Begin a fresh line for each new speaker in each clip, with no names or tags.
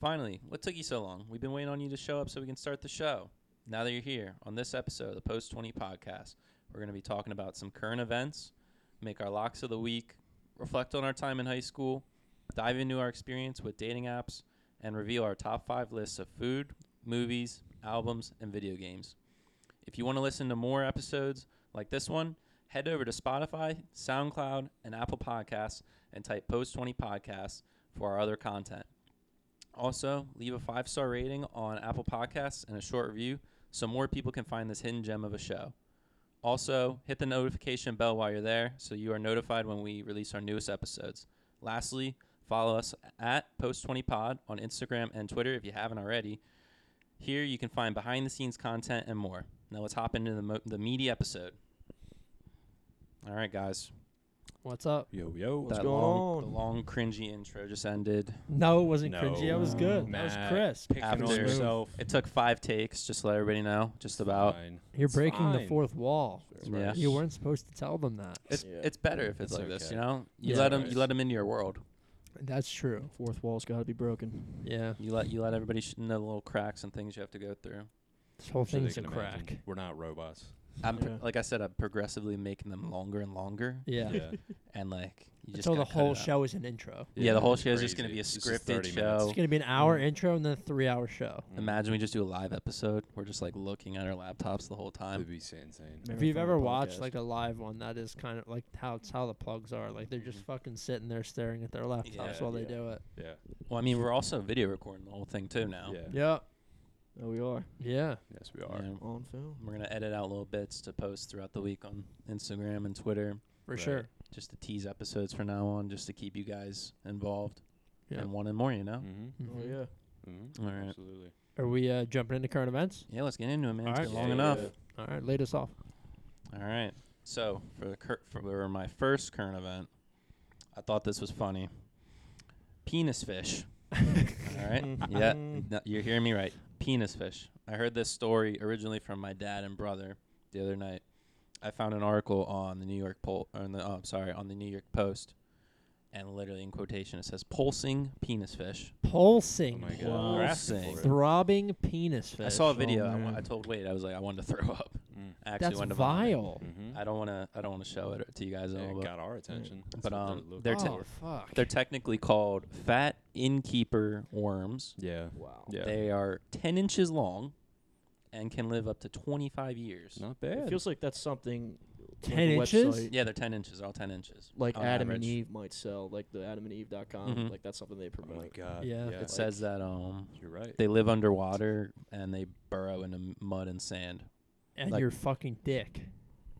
Finally, what took you so long? We've been waiting on you to show up so we can start the show. Now that you're here, on this episode of the Post 20 podcast, we're going to be talking about some current events, make our locks of the week, reflect on our time in high school, dive into our experience with dating apps, and reveal our top five lists of food, movies, albums, and video games. If you want to listen to more episodes like this one, head over to Spotify, SoundCloud, and Apple Podcasts and type Post 20 Podcasts for our other content. Also, leave a five star rating on Apple Podcasts and a short review so more people can find this hidden gem of a show. Also, hit the notification bell while you're there so you are notified when we release our newest episodes. Lastly, follow us at Post20Pod on Instagram and Twitter if you haven't already. Here you can find behind the scenes content and more. Now let's hop into the, mo- the meaty episode. All right, guys.
What's up?
Yo, yo, what's
that
going
long,
on?
The long, cringy intro just ended.
No, it wasn't
No.
cringy. That was good. that was
Matt.
crisp.
Picking
After-
on yourself.
It took five takes, just to let everybody know, just about.
Fine.
You're breaking the
Fine.
fourth wall.
Yeah.
You weren't supposed to tell them that.
It's
Yeah.
it's better if it's
It's
like this,
okay.
you know. You
Yeah.
let 'em let them
Nice.
you let 'em into your world.
That's true.
Fourth wall's got to be broken.
Yeah.
You let you let everybody sh- know the little cracks and things you have to go through.
This whole
I'm sure they
thing's a
can imagine.
crack.
We're not robots.
I'm pro-
Yeah.
like I said, I'm progressively making them longer and longer,
Yeah.
Yeah.
and like you just
Until the
gotta cut
whole
it out.
show is an intro.
Yeah, the whole show is just
Crazy.
gonna be a
It's just
scripted
30 minutes.
show.
It's gonna be an hour intro and then a three-hour show.
Mm.
Imagine we just do a live episode. We're just like looking at our laptops the whole
It'd
time.
be so insane.
If you've ever watched like a live one, that is kind of like how it's how the plugs are. Like they're just
Mhm.
fucking sitting there staring at their laptops
Yeah,
while they
yeah.
do it.
Mm-hmm. Yeah.
Well, I mean, we're also video recording the whole thing too now.
Yeah.
Yep.
oh, we are
Yeah.
Yes, we are.
Yeah.
on film.
We're gonna edit out little bits to post throughout the week on Instagram and Twitter,
For
Right. Oh,
sure.
just to tease episodes from now on, just to keep you guys involved
Yeah.
and wanting more. You know.
Mm-hmm.
Oh
Mhm.
yeah.
Mm-hmm.
All right.
Absolutely.
Are we uh, jumping into current events?
Yeah, let's get into it, man. It's
All right.
been
Yeah,
long
yeah,
enough.
yeah.
All right, lead us off.
All right. So for the cur- for my first current event, I thought this was funny. Penis fish. All right. Yeah, no, you're hearing me right. Penis fish. I heard this story originally from my dad and brother the other night. I found an article on the New York Pol- on the oh, I'm sorry, on the New York Post, and literally in quotation it says pulsing penis fish.
Pulsing.
Oh my
Wow.
god.
We're asking for it.
Throbbing penis fish.
I saw a video. I
Oh,
wa-
man.
I told Wade I was like I wanted to throw up.
Mm.
I actually
That's
wanted to vomit.
vile.
Mm-hmm.
I don't want to. I don't want to show it to you guys. all,
It
but-
got our attention. That's
But,
what
um,
looking
they're te-
for.
oh fuck.
They're technically called fat innkeeper worms.
yeah.
Wow.
Yeah.
They are 10 inches long and can live up to 25 years.
Not
It
bad.
feels like that's something. like a
10 inches?
website,
Yeah, they're 10 inches. They're all 10 inches.
Like
on
Adam
average.
and Eve might sell, like the AdamandEve.com.
Mhm.
Like that's something they
oh my
promote.
god.
Yeah.
It
yeah.
It's-
says that um,
You're right.
they live underwater and they burrow into m- mud and sand.
and
like-
your fucking dick.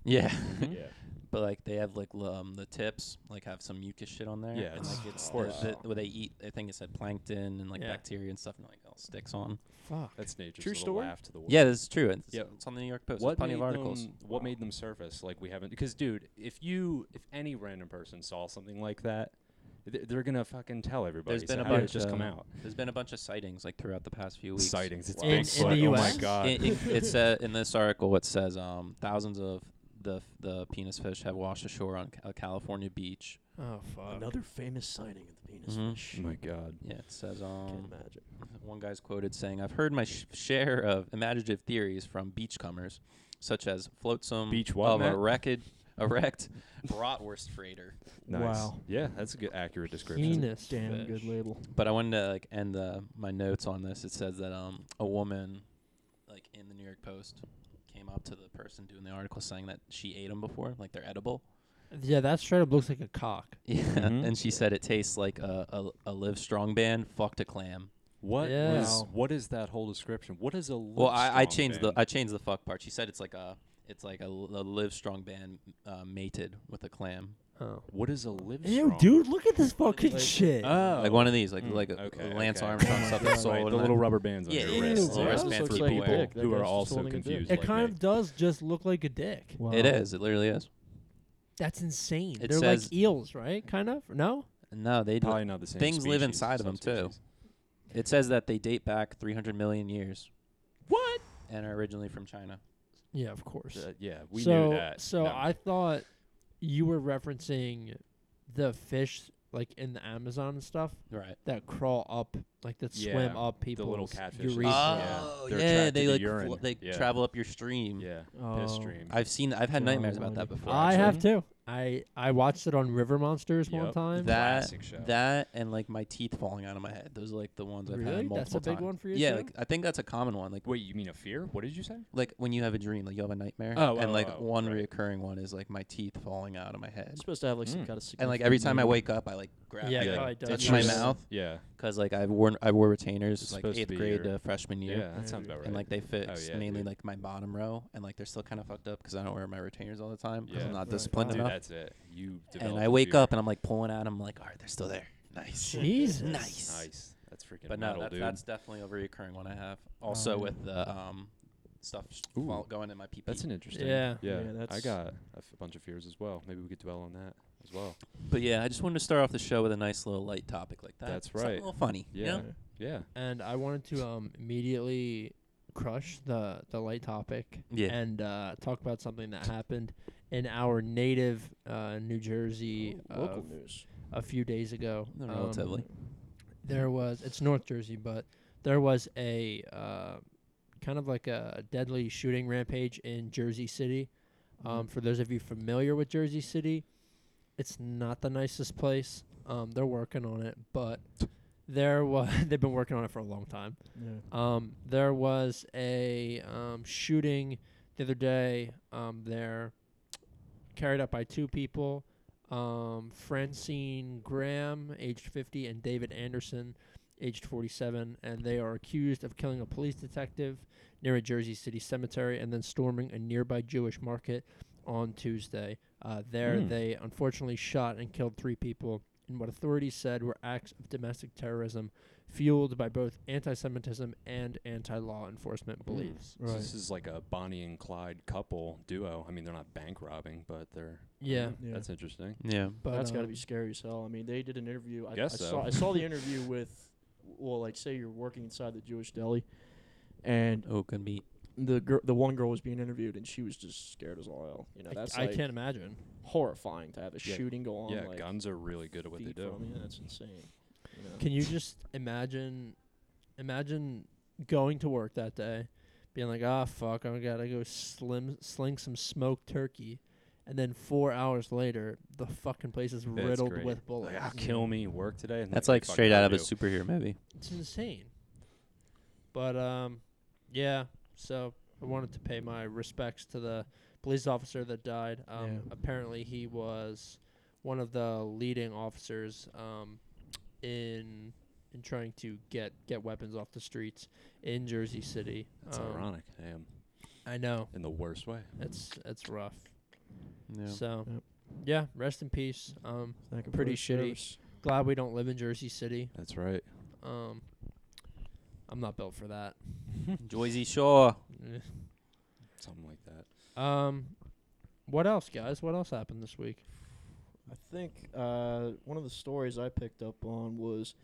Yeah,
Mhm.
Yeah.
but like they have like l- um, the tips like have some mucus shit on there.
Yeah,
and
it's-
like it's
of
the,
course.
the, where they eat. I think it said plankton and like
Yeah.
bacteria and stuff, and like all sticks on.
Fuck.
That's nature's
True
little
story?
laugh to the world.
Yeah, this is true. It's,
Yep.
it's on the New York Post.
What
plenty
made
of articles.
Them, what made them surface? Like we haven't, because dude, if you, if any random person saw something like that, th- they're gonna fucking tell everybody.
There's been
so
a
how did it
bunch,
just come
uh,
out.
There's been a bunch of sightings like throughout the past few weeks.
Sightings. It's
In- in
Bigfoot.
the
Oh
US?
my god.
It, it, it said in this article, it says um, thousands of the the penis fish have washed ashore on Ca- a California beach.
Oh fuck.
Another famous sighting of the penis
Mhm.
fish.
oh my god.
Yeah, it says
Can't
um,
imagine.
one guy's quoted saying, "I've heard my sh- share of imaginative theories from beachcombers, such as flotsam
Beach what,
of a
Matt?
wrecked a wrecked bratwurst freighter."
Nice.
Wow.
Yeah, that's a good accurate description.
Penis.
Damn
fish.
good label.
But I wanted to like end the, my notes on this. It says that um a woman, like in the New York Post, came up to the person doing the article saying that she ate them before, like they're edible.
Yeah, that straight up looks like a cock.
Yeah,
Mhm.
and she said it tastes like a a, a Live Strong band fucked a clam.
What
Yeah.
is- what is that whole description? What is a
Well, I, I
Livestrong
changed
band?
the I changed the fuck part. She said it's like a it's like a, l- a Live Strong band uh, mated with a clam,
Oh.
what is a live?
Ew, dude, look at this fucking
Like-
shit.
Oh,
like one of these, like
Mm,
like a,
okay,
Lance
okay.
Armstrong stuff
Yeah,
that's sold.
Right,
and
the
I-
little rubber bands on
Yeah,
your
yeah,
wrist.
yeah.
Yeah.
Wrist
That
band
looks like
people
a dick. That
who are
guy's just
also
holding a dick.
confused.
it
like
kind
me.
of does just look like a dick.
Wow.
It is. It literally is.
That's insane.
It
They're
says-
like eels, right? Kind of. No.
No, they do.
Probably not the same.
Things live
species,
inside of them, too.
subspecies.
It says that they date back 300 million years
What?
and are originally from China.
Yeah, of course.
Uh, yeah, we
so,
knew that.
So
No.
I thought you were referencing the fish, like in the Amazon and stuff
Right.
that crawl up, like that swim
Yeah,
up people.
little catfishes.
Urethra.
Yeah.
Oh yeah,
They're attracted
they
to
like
urine.
fl- they
Yeah.
travel up your stream.
Yeah.
Oh.
Piss stream.
I've seen. Ah. I've had
Oh,
nightmares about that
Lordy.
before.
I
actually.
have too. I I watched it on River Monsters one
Yep.
time.
That
Classic show.
that and like my teeth falling out of my head. Those are like the ones I've
Really?
had
That's
multiple
a big
times.
one for you
Yeah,
too?
like I think that's a common one. Like
Wait, you mean a fear? What did you say?
like when you have a dream, like you have a nightmare,
Oh,
and
oh,
like
oh,
one
right.
reoccurring one is like my teeth falling out of my head,
It's supposed to have like some
Mm.
kind of
and like every time I
significant
wake up, I like grab
Yeah,
I,
it
like,
probably
touch
does.
It's
my
just-
mouth
Yeah.
because like I've worn I wore retainers
It's
like
supposed to
eighth
be
grade
your-
to freshman year,
Yeah, that sounds about right. Oh,
and like they fix
yeah,
mainly
dude.
like my bottom row, and like they're still kind of fucked up because I don't wear my retainers all the time because
Yeah.
I'm not
Right.
disciplined
Dude,
enough.
that's it. You
And
develop
I
a
wake
fear.
up and I'm like pulling out. I'm like, all right, they're still there. Nice.
Jesus.
Nice.
Nice. That's freaking
But no,
metal,
that-
dude.
that's definitely a recurring one I have. Also
yeah.
with the um, stuff sh-
Ooh.
fall- going in my pee.
That's an interesting.
Yeah.
Yeah.
Yeah,
I
that's-
got a f- bunch of fears as well. Maybe we could dwell on that as well.
But yeah, I just wanted to start off the show with a nice little light topic like that.
That's
Something
right.
A little funny. you
Yeah.
know?
Yeah.
And I wanted to um immediately crush the the light topic.
Yeah.
And uh, talk about something that happened in our native uh, New Jersey uh,
Ooh, local
of
news.
a few days ago.
No,
Um,
relatively.
there was it's North Jersey, but there was a uh, kind of like a deadly shooting rampage in Jersey City.
Mm-hmm.
Um, for those of you familiar with Jersey City, it's not the nicest place. Um, they're working on it, but there was they've been working on it for a long time. Um, there was a um, shooting the other day um, there, carried out by two people, um, Francine Graham, aged 50, and David Anderson, aged 47, and they are accused of killing a police detective near a Jersey City cemetery and then storming a nearby Jewish market on Tuesday. Uh, there,
Mm.
they unfortunately shot and killed three people in what authorities said were acts of domestic terrorism fueled by both anti Semitism and anti law enforcement beliefs.
So
Right.
Hmm. this is like a Bonnie and Clyde couple duo. I mean, they're not bank robbing, but they're.
Yeah.
Yeah.
That's interesting.
Yeah.
But
That's got to
um,
be scary as hell. I mean, they did an interview. I,
Guess
I
so.
saw I saw the interview with, well, like say you're working inside the Jewish deli, and
Oh, can be.
the girl, the one girl was being interviewed, and she was just scared as all hell. You know,
I-
that's
I,
like,
can't imagine.
horrifying to have a
Yeah,
shooting go on.
yeah,
like,
guns are really good at what they
feet
do.
from you. That's insane. You know?
Can you just imagine imagine going to work that day, being like, ah fuck, I gotta go slim sling some smoked turkey and then four hours later the fucking place is
That's
riddled
great.
with bullets.
Like, ah, kill me, work today. And
That's
then
like
fuck,
straight
I
out of a
do.
superhero movie.
It's insane. But um yeah, so I wanted to pay my respects to the police officer that died. Um
Yeah.
apparently he was one of the leading officers um in in trying to get get weapons off the streets in Jersey City.
That's
Um,
ironic. Damn.
I know.
In the worst way.
It's it's rough.
Yeah.
So
Yep.
yeah, rest in peace. Um
Thank you
pretty
for your
shitty.
service.
glad we don't live in Jersey City.
That's right.
Um I'm not built for that.
Joyzy Shaw.
Eh.
Something like that.
Um, what else, guys? What else happened this week?
I think uh, one of the stories I picked up on was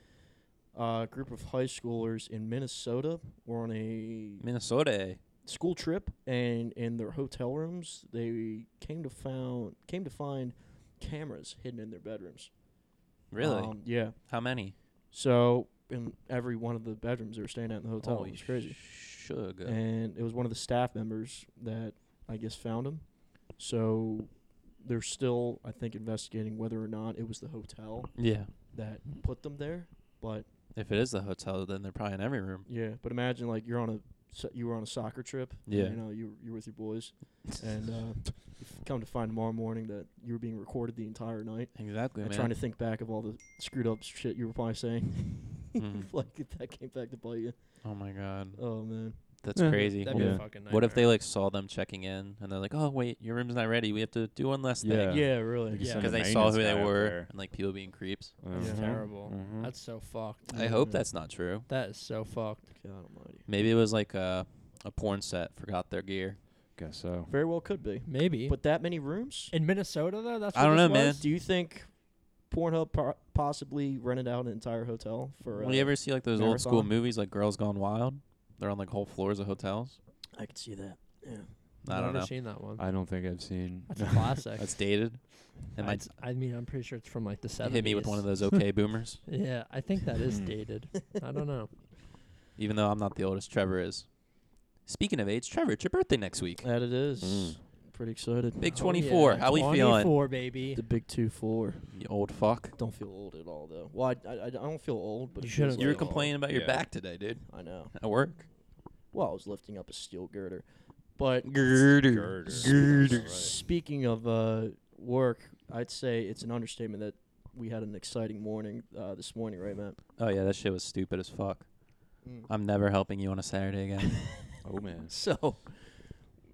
uh, a group of high schoolers in Minnesota were on a
Minnesota.
school trip, and in their hotel rooms, they came to found came to find cameras hidden in their bedrooms.
Really?
Um, yeah.
How many?
So in every one of the bedrooms they were staying at in the hotel,
Holy
it was crazy.
Sugar.
and it was one of the staff members that I guess found him. So they're still, I think, investigating whether or not it was the hotel
yeah.
that put them there. But
If it is the hotel, then they're probably in every room.
yeah, but imagine like you're on a so- you were on a soccer trip.
Yeah.
you know you you're with your boys, and uh, you f- come to find tomorrow morning that you were being recorded the entire night.
Exactly,
and trying to think back of all the screwed up shit you were probably saying.
Mhm.
like if that came back to bite you.
oh my god,
Oh man.
that's
Yeah.
crazy.
That'd be
Yeah.
a fucking nightmare.
What if they like saw them checking in and they're like, "Oh wait, your room's not ready. We have to do one last
Yeah.
thing."
Yeah, really.
You
Yeah.
send
because
a
they saw
maintenance
who they
guy up
were
there.
and like people being creeps.
That's
Yeah.
Mhm.
terrible.
Uh-huh.
Mhm.
That's so fucked.
I hope
Mm.
that's not true.
That is so fucked.
God almighty.
Maybe it was like a a porn set forgot their gear.
Guess so.
Very well could be.
Maybe.
But that many rooms?
in Minnesota though, that's
I
where
don't
this
know, man.
was?
Do you think Pornhub po- possibly rented out an entire hotel for? Uh,
Well, you ever see like those old school
marathon?
movies like Girls Gone Wild? They're on like whole floors of hotels.
I could see that. Yeah.
I don't
I've never
know.
seen that one.
I don't think I've seen.
That's a classic.
That's dated. That might
It's- I mean, I'm pretty sure it's from like the 70s.
hit me with one of those Hmm. okay boomers.
Yeah, I think that is dated. I don't know.
Even though I'm not the oldest, Trevor is. Speaking of age, Trevor, it's your birthday next week.
That it is.
Mm.
Pretty excited.
Big
Oh,
24.
yeah.
How we
24,
feeling?
baby.
The big two four.
You old fuck.
Don't feel old at all though. Well, I, I, I don't feel old, but
You
it feels
shouldn't.
You were
like old.
complaining about your
Yeah.
back today, dude.
I know.
At work.
Well, I was lifting up a steel girder, but
Girder.
Girder.
Spe-
Right.
Speaking of uh, work, I'd say it's an understatement that we had an exciting morning uh, this morning, right, Matt? Uh,
Oh yeah, that shit was stupid as fuck. I'm never helping you on a Saturday again.
Oh man.
So,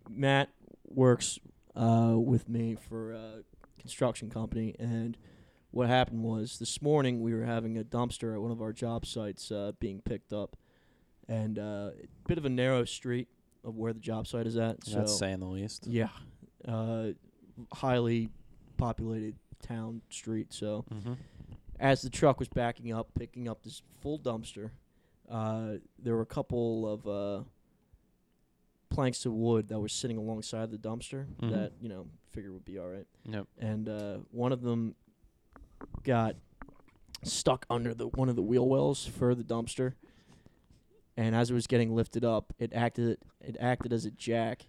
Matt works uh, with me for a construction company, and what happened was this morning we were having a dumpster at one of our job sites uh, being picked up, and uh, a bit of a narrow street of where the job site is at. So
That's saying the least.
Yeah. Uh, highly populated town street. So
Mm-hmm.
as the truck was backing up, picking up this full dumpster, uh, there were a couple of uh, planks of wood that were sitting alongside the dumpster
Mhm.
that, you know, figure would be all right.
Yep.
And uh, one of them got stuck under the one of the wheel wells for the dumpster. And as it was getting lifted up, it acted it acted as a jack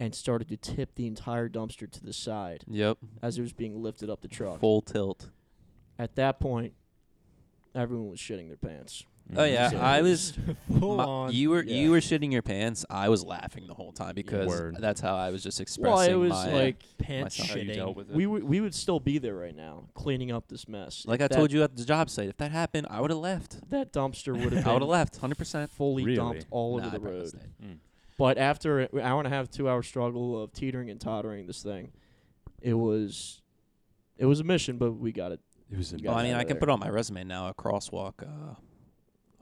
and started to tip the entire dumpster to the side
Yep.
as it was being lifted up the truck.
Full tilt.
At that point, everyone was shitting their pants.
Mm-hmm.
Oh yeah,
So
I
it
was.
Full
my-
on.
you were
Yeah.
you were shitting your pants. I was laughing the whole time because
Word.
that's how I was just expressing
Well, it was
my.
like
pants
myself.
How you
shitting.
dealt with it.
we would we would still be there right now cleaning up this mess.
like I told you at the job site, if that happened, I would have left.
that dumpster would have
I would have
been
left, hundred percent.
fully
Really?
dumped all
Nah,
over
I
the
probably
road.
stayed.
Mm.
But after an hour and a half, two hour struggle of teetering and tottering this thing, it was it was a mission, but we got it.
It was
You
Well, I
got
mean,
out
I
of
can
there.
put on my resume now a crosswalk uh,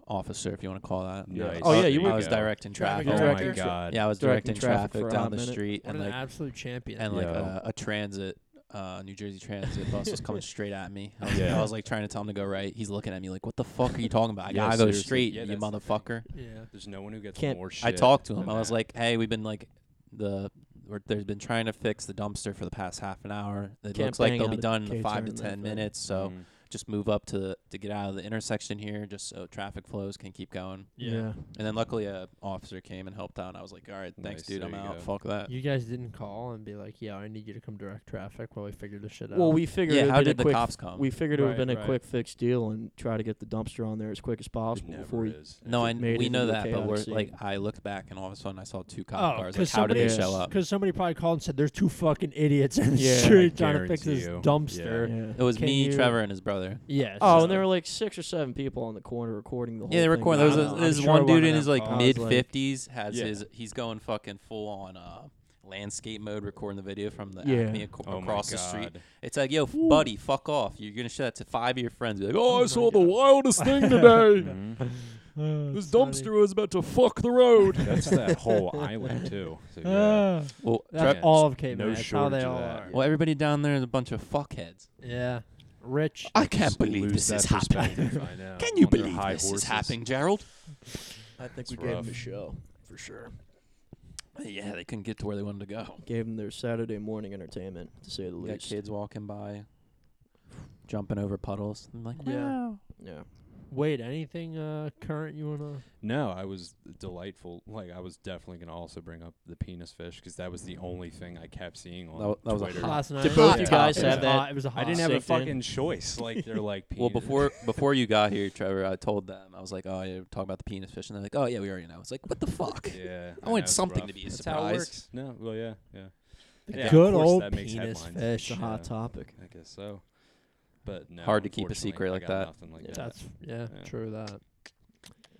officer, if you want to call that.
Yeah. Nice.
Oh, yeah, you
I
would
was
go.
directing
Traffic
traffic.
Oh
Directing
my
traffic.
god.
Yeah, I was
Directing
directing,
traffic
traffic,
for a
down
hot
the
minute.
street,
What
and
an
like
absolute champion.
and like
Yo.
a, a transit, uh, New Jersey Transit bus was coming straight at me. I was,
Yeah.
I was like trying to tell him to go right. He's looking at me like, "What the fuck are you talking about? I
Yeah,
gotta go
seriously.
straight,
Yeah,
you
that's the thing.
motherfucker."
yeah.
There's no one who gets
Can't-
more shit.
I talked to him.
than
I was
that.
like, "Hey, we've been like the we're, they've been trying to fix the dumpster for the past half an hour. It
Can't
looks like
bang
they'll
out
be
a
done in the
K
five to
turn that
ten
thing.
minutes. So
Mm.
just move up to to get out of the intersection here, just so traffic flows can keep going."
Yeah.
And then luckily a officer came and helped out. And I was like, "All right, thanks,
Nice,
dude.
there
I'm
you
out.
go.
Fuck that."
You guys didn't call and be like, "Yeah, I need you to come direct traffic while we figure this shit out."
Well, we figured it
yeah.
would
How
been a
did the
quick-
cops come?
We figured it would have
Right,
been a
right.
quick fix deal and try to get the dumpster on there as quick as
It
possible before
never
we
is.
No, I
it made
we
it
know
into a
that, but we're
chaotic
like
scene.
I looked back and all of a sudden I saw two cop
Oh,
cars. Like,
'cause
how did they
somebody-
show up?
because somebody probably called and said, "There's two fucking idiots in the
Yeah, I
street trying to fix
guarantee
this
you. Yeah.
dumpster." Yeah.
Yeah.
It was
Can
me,
you-
Trevor, and his brother.
it's
Oh,
just
and there
like-
were like six or seven people on the corner recording the whole.
Yeah, they were
thing.
recording. There was,
I
a,
don't know.
there was
I'm sure
one
it wasn't
dude in his
them
like
calls,
mid
like-
fifties has
Yeah.
his he's going fucking full on uh, landscape mode, recording the video from the
Yeah.
Acme ac-
Oh my
across the street.
God.
It's like, yo, f- buddy, fuck off. You're gonna show that to five of your friends. Be like, oh,
Oh
I
my
saw the
God.
wildest thing today.
Mhm.
Uh,
this
sorry.
dumpster was about to fuck the road.
That's that whole island too. So, yeah.
Ah.
well,
That's
Yeah.
all of K
No
Man. That's how
shortage
they
of
all
that.
are.
well, everybody down there is a bunch of fuckheads.
Yeah, rich.
I can't
Just
believe
lose
this is
that
happening.
perspective, I know,
Can you
on their
believe
high
this
horses.
is happening, Gerald?
I think
It's
we gave
rough.
them a show for sure.
Yeah, they couldn't get to where they wanted to go.
Gave them their Saturday morning entertainment, to say the
You got
least.
kids walking by, jumping over puddles. I'm like,
Yeah.
Oh, wow.
Yeah.
Wait, anything uh, current you wanna?
No, I was delightful. Like I was definitely gonna also bring up the penis fish because that was the only thing I kept seeing on
That wa- that was a
Twitter.
hot-
Last night.
Did both
you
guys
It was
have
a
that?
hot- It was a hot.
I didn't have a
Sick, dude.
fucking choice. Like they're like penis.
Well, before before you got here, Trevor, I told them I was like, "Oh, yeah, talk about the penis fish," and they're like, "Oh, yeah, we already know." It's like, what the fuck?
yeah,
I want
know, it's
something
rough.
to be a
That's How
surprise.
it works. No, well, yeah, yeah.
The
Yeah, of
good
course
old
that makes
penis
headlines.
fish.
It's a hot
Yeah.
topic.
I guess so. But no,
Hard to keep a
unfortunately,
secret
I
like
got
that.
Nothing like
Yeah.
that.
That's yeah,
Yeah.
true that.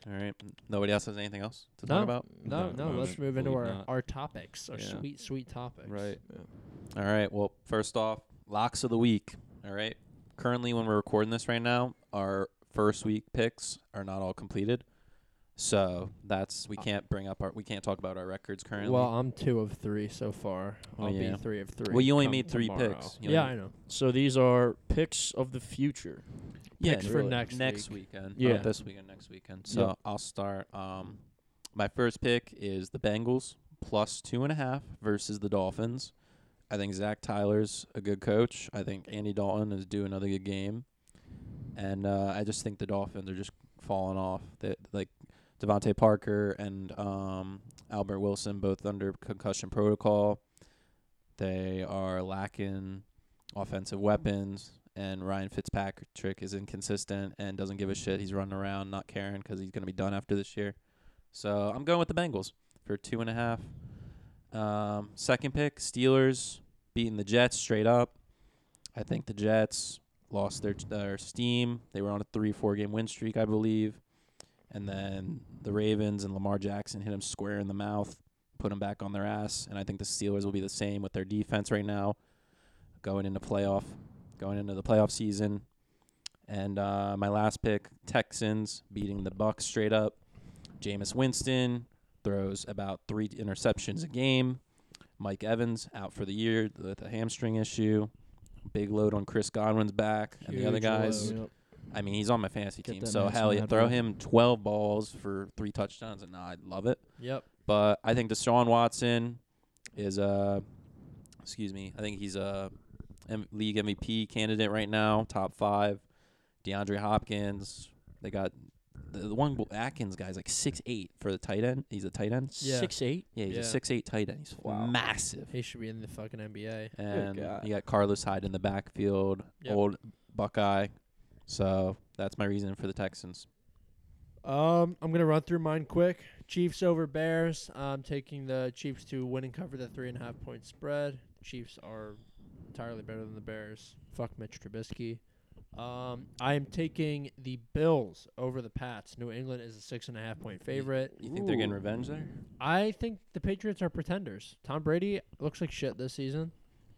All right, nobody else has anything else to
No.
talk about.
Not
No,
at the
no, let's
moment,
move into
believe
our,
not.
our topics, our
Yeah.
sweet, sweet topics.
Right.
All right. Well, first off, locks of the week. All right. Currently, when we're recording this right now, our first week picks are not all completed, so that's we can't bring up our we can't talk about our records currently.
Oh. Well, I'm two of three so far.
Oh,
I'll
yeah.
be three of three.
Well, you only
come
made three
tomorrow.
picks. You
Yeah,
only-
I know.
So these are picks of the future.
yeah,
picks
n-
for
really.
next week.
weekend. Yeah,
Yeah.
this weekend, next weekend. So I'll start. Um, my first pick is the Bengals plus two and a half versus the Dolphins. I think Zach Tyler's a good coach. I think Andy Dalton is due another good game, and uh, I just think the Dolphins are just falling off. That like Devontae Parker and um, Albert Wilson both under concussion protocol. They are lacking offensive weapons, and Ryan Fitzpatrick is inconsistent and doesn't give a shit. He's running around, not caring because he's going to be done after this year. So I'm going with the Bengals for two and a half. Um, second pick, Steelers beating the Jets straight up. I think the Jets lost their their steam. They were on a three four game win streak, I believe, and then the Ravens and Lamar Jackson hit him square in the mouth, put him back on their ass. And I think the Steelers will be the same with their defense right now, going into playoff, going into the playoff season. And uh, my last pick, Texans beating the Bucks straight up. Jameis Winston throws about three interceptions a game. Mike Evans out for the year with a hamstring issue. Big load on Chris Godwin's back and the other
Huge
guys.
load.
I mean, he's on my fantasy
Get
team,
that
so
man
hell
some
yeah,
ad
throw
revenue.
him twelve balls for three touchdowns, and I'd love it.
Yep.
But I think Deshaun Watson is uh, excuse me, I think he's a M- league MVP candidate right now, top five. DeAndre Hopkins, they got the, the one Atkins guy's like six eight for the tight end. He's a tight end.
Yeah.
Six eight.
Yeah, he's
Yeah.
a six eight tight end. He's
Wow.
massive.
He should be in the fucking NBA.
And
God.
you got Carlos Hyde in the backfield,
Yep.
old Buckeye. So that's my reason for the Texans.
Um, I'm gonna run through mine quick. Chiefs over Bears. I'm taking the Chiefs to win and cover the three and a half point spread. Chiefs are entirely better than the Bears. Fuck Mitch Trubisky. Um, I am taking the Bills over the Pats. New England is a six and a half point favorite.
You think they're getting
Ooh.
revenge there?
I think the Patriots are pretenders. Tom Brady looks like shit this season.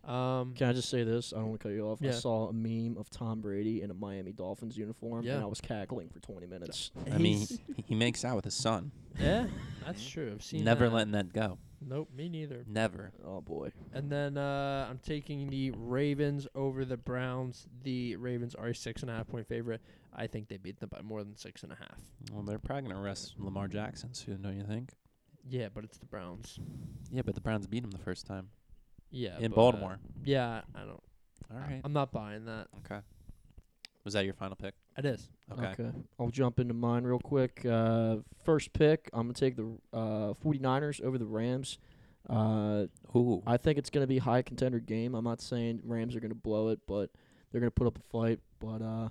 Um,
Can I just say this? I don't want to cut you off.
Yeah.
I saw a meme of Tom Brady in a Miami Dolphins uniform,
Yeah.
and I was cackling for 20 minutes.
I mean,
he's-
he- he makes out with his son.
yeah, that's true. I've seen
Never
that.
letting that go.
Nope, me neither.
Never.
Oh boy.
And then uh, I'm taking the Ravens over the Browns. The Ravens are a six and a half point favorite. I think they beat them by more than six and a half.
Well, they're probably gonna arrest Lamar Jackson soon, don't you think?
Yeah, but it's the Browns.
Yeah, but the Browns beat him the first time
Yeah,
in
but, uh,
Baltimore.
yeah, I don't.
All
I-
right.
I'm not buying that.
okay. Was that your final pick?
It is.
Okay.
I'll jump into mine real quick. Uh, first pick, I'm going to take the uh, 49ers over the Rams. Uh,
Ooh.
I think it's going to be a high contender game. I'm not saying Rams are going to blow it, but they're going to put up a fight. But, uh,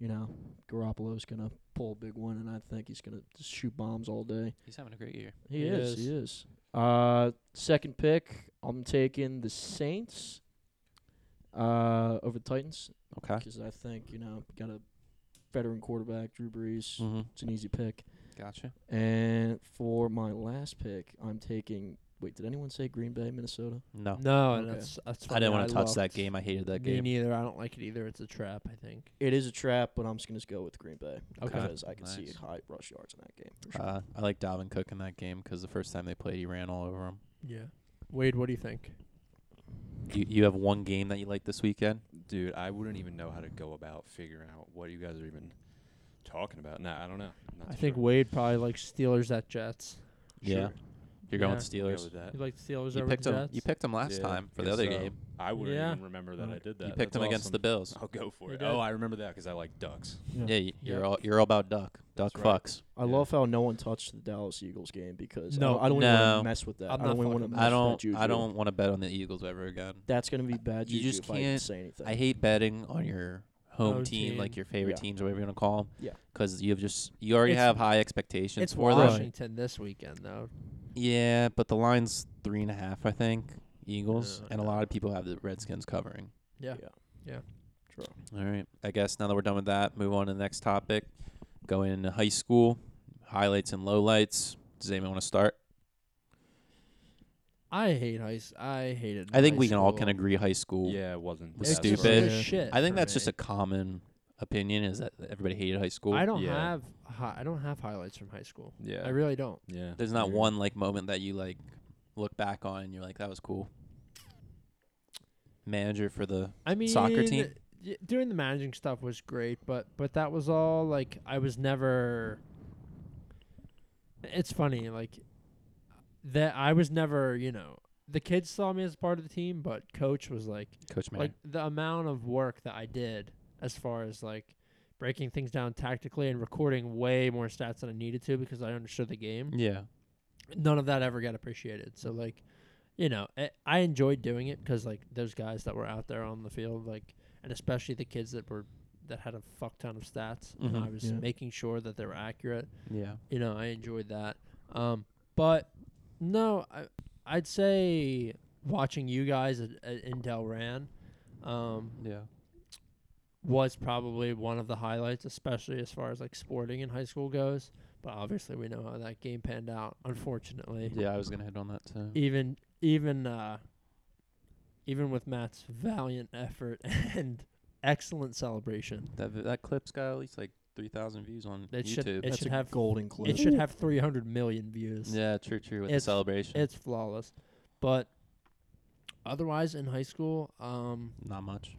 you know, Garoppolo's going to pull a big one, and I think he's going to just shoot bombs all day.
He's having a great year.
He,
He
is,
is.
He is. Uh, second pick, I'm taking the Saints uh, over the Titans
Okay.
because I think you know got a veteran quarterback, Drew Brees.
Mm-hmm.
It's an easy pick.
Gotcha.
And for my last pick, I'm taking. Wait, did anyone say Green Bay, Minnesota?
No.
No, and
Okay.
that's that's.
Oh, I didn't
fine.
want to touch that
looked.
game. I hated that
Me
game.
neither. I don't like it either. It's a trap. I think.
It is a trap, but I'm just gonna just go with Green Bay
Okay.
because I can see
Nice.
high rush yards in that game. For sure.
Uh, I like Dalvin Cook in that game 'cause the first time they played, he ran all over him.
Yeah. Wade, what do you think?
You, you have one game that you like this weekend?
Dude, I wouldn't even know how to go about figuring out what you guys are even talking about. Nah, I don't know. I'm not
I think
sure.
Wade probably likes Steelers at Jets.
Yeah. You're going
Yeah.
with
We'll go
Steelers.
with that.
You like Steelers
You
over
picked
the
them.
Jets.
You picked them last
Yeah,
time for the
guess
other
so.
game.
I wouldn't
Yeah.
even remember that I did that.
You picked
That's
them against the
awesome.
Bills.
I'll go for
You
it.
did.
Oh, I remember that because I like ducks.
Yeah, y- you're
Yep.
all you're all about duck.
That's
duck
right.
fucks.
I
Yeah.
love how no one touched the Dallas Eagles game because no,
No.
I don't, I don't even want
No.
to mess with that.
I'm
I don't
not
even want to
fucking
mess
with
I
with that
don't
juju.
I don't want to bet on the Eagles ever again.
That's gonna be bad.
You
juju
just
if I
can't-
even say anything.
I hate betting on your home
Home
team, like
team.
your favorite
Yeah.
teams or whatever you want to call them.
Yeah.
Because you have just you already
It's-
have high expectations
It's
for them.
Washington this weekend though.
Yeah, but the line's three and a half, I think. Eagles
Uh,
and a lot of people have the Redskins covering.
Yeah.
True.
All right. I guess now that we're done with that, move on to the next topic. Going into high school, highlights and lowlights. Does anyone want to start?
I hate high. s- I hated.
I think
high
we can all can
school.
agree high school.
Yeah, it wasn't.
was
It's
that
just
stupid.
the shit
I think
for
that's just
me.
a common opinion is that everybody hated high school.
I don't
Yeah.
have. Hi- I don't have highlights from high school.
Yeah.
I really don't.
yeah.
There's not
Weird.
one like moment that you like look back on and you're like, that was cool. Manager for the
I mean,
Soccer team?
y- Doing the managing stuff was great, but but that was all like I was never. It's funny, like that I was never, you know, the kids saw me as part of the team, but coach was like,
Coach Manning.
like the amount of work that I did as far as like breaking things down tactically and recording way more stats than I needed to because I understood the game.
yeah.
None of that ever got appreciated. So like, you know, I, I enjoyed doing it because like those guys that were out there on the field, like, and especially the kids that were that had a fuck ton of stats, and
Mhm.
I was
Yeah.
making sure that they were accurate
Yeah.
you know, I enjoyed that. Um, but no, I, I'd say watching you guys at, at Intel Ran um,
Yeah.
was probably one of the highlights, especially as far as like sporting in high school goes. But obviously, we know how that game panned out. Unfortunately,
Yeah, I was gonna hit on that too.
even even uh, even with Matt's valiant effort and excellent celebration,
That vi- that clip's got at least like three thousand views on
It should-
YouTube.
it
That's
should
a
have-
golden clue.
it should have 300 million views.
yeah, true, true. With
It's-
the celebration,
It's flawless. But otherwise, in high school, um,
not much.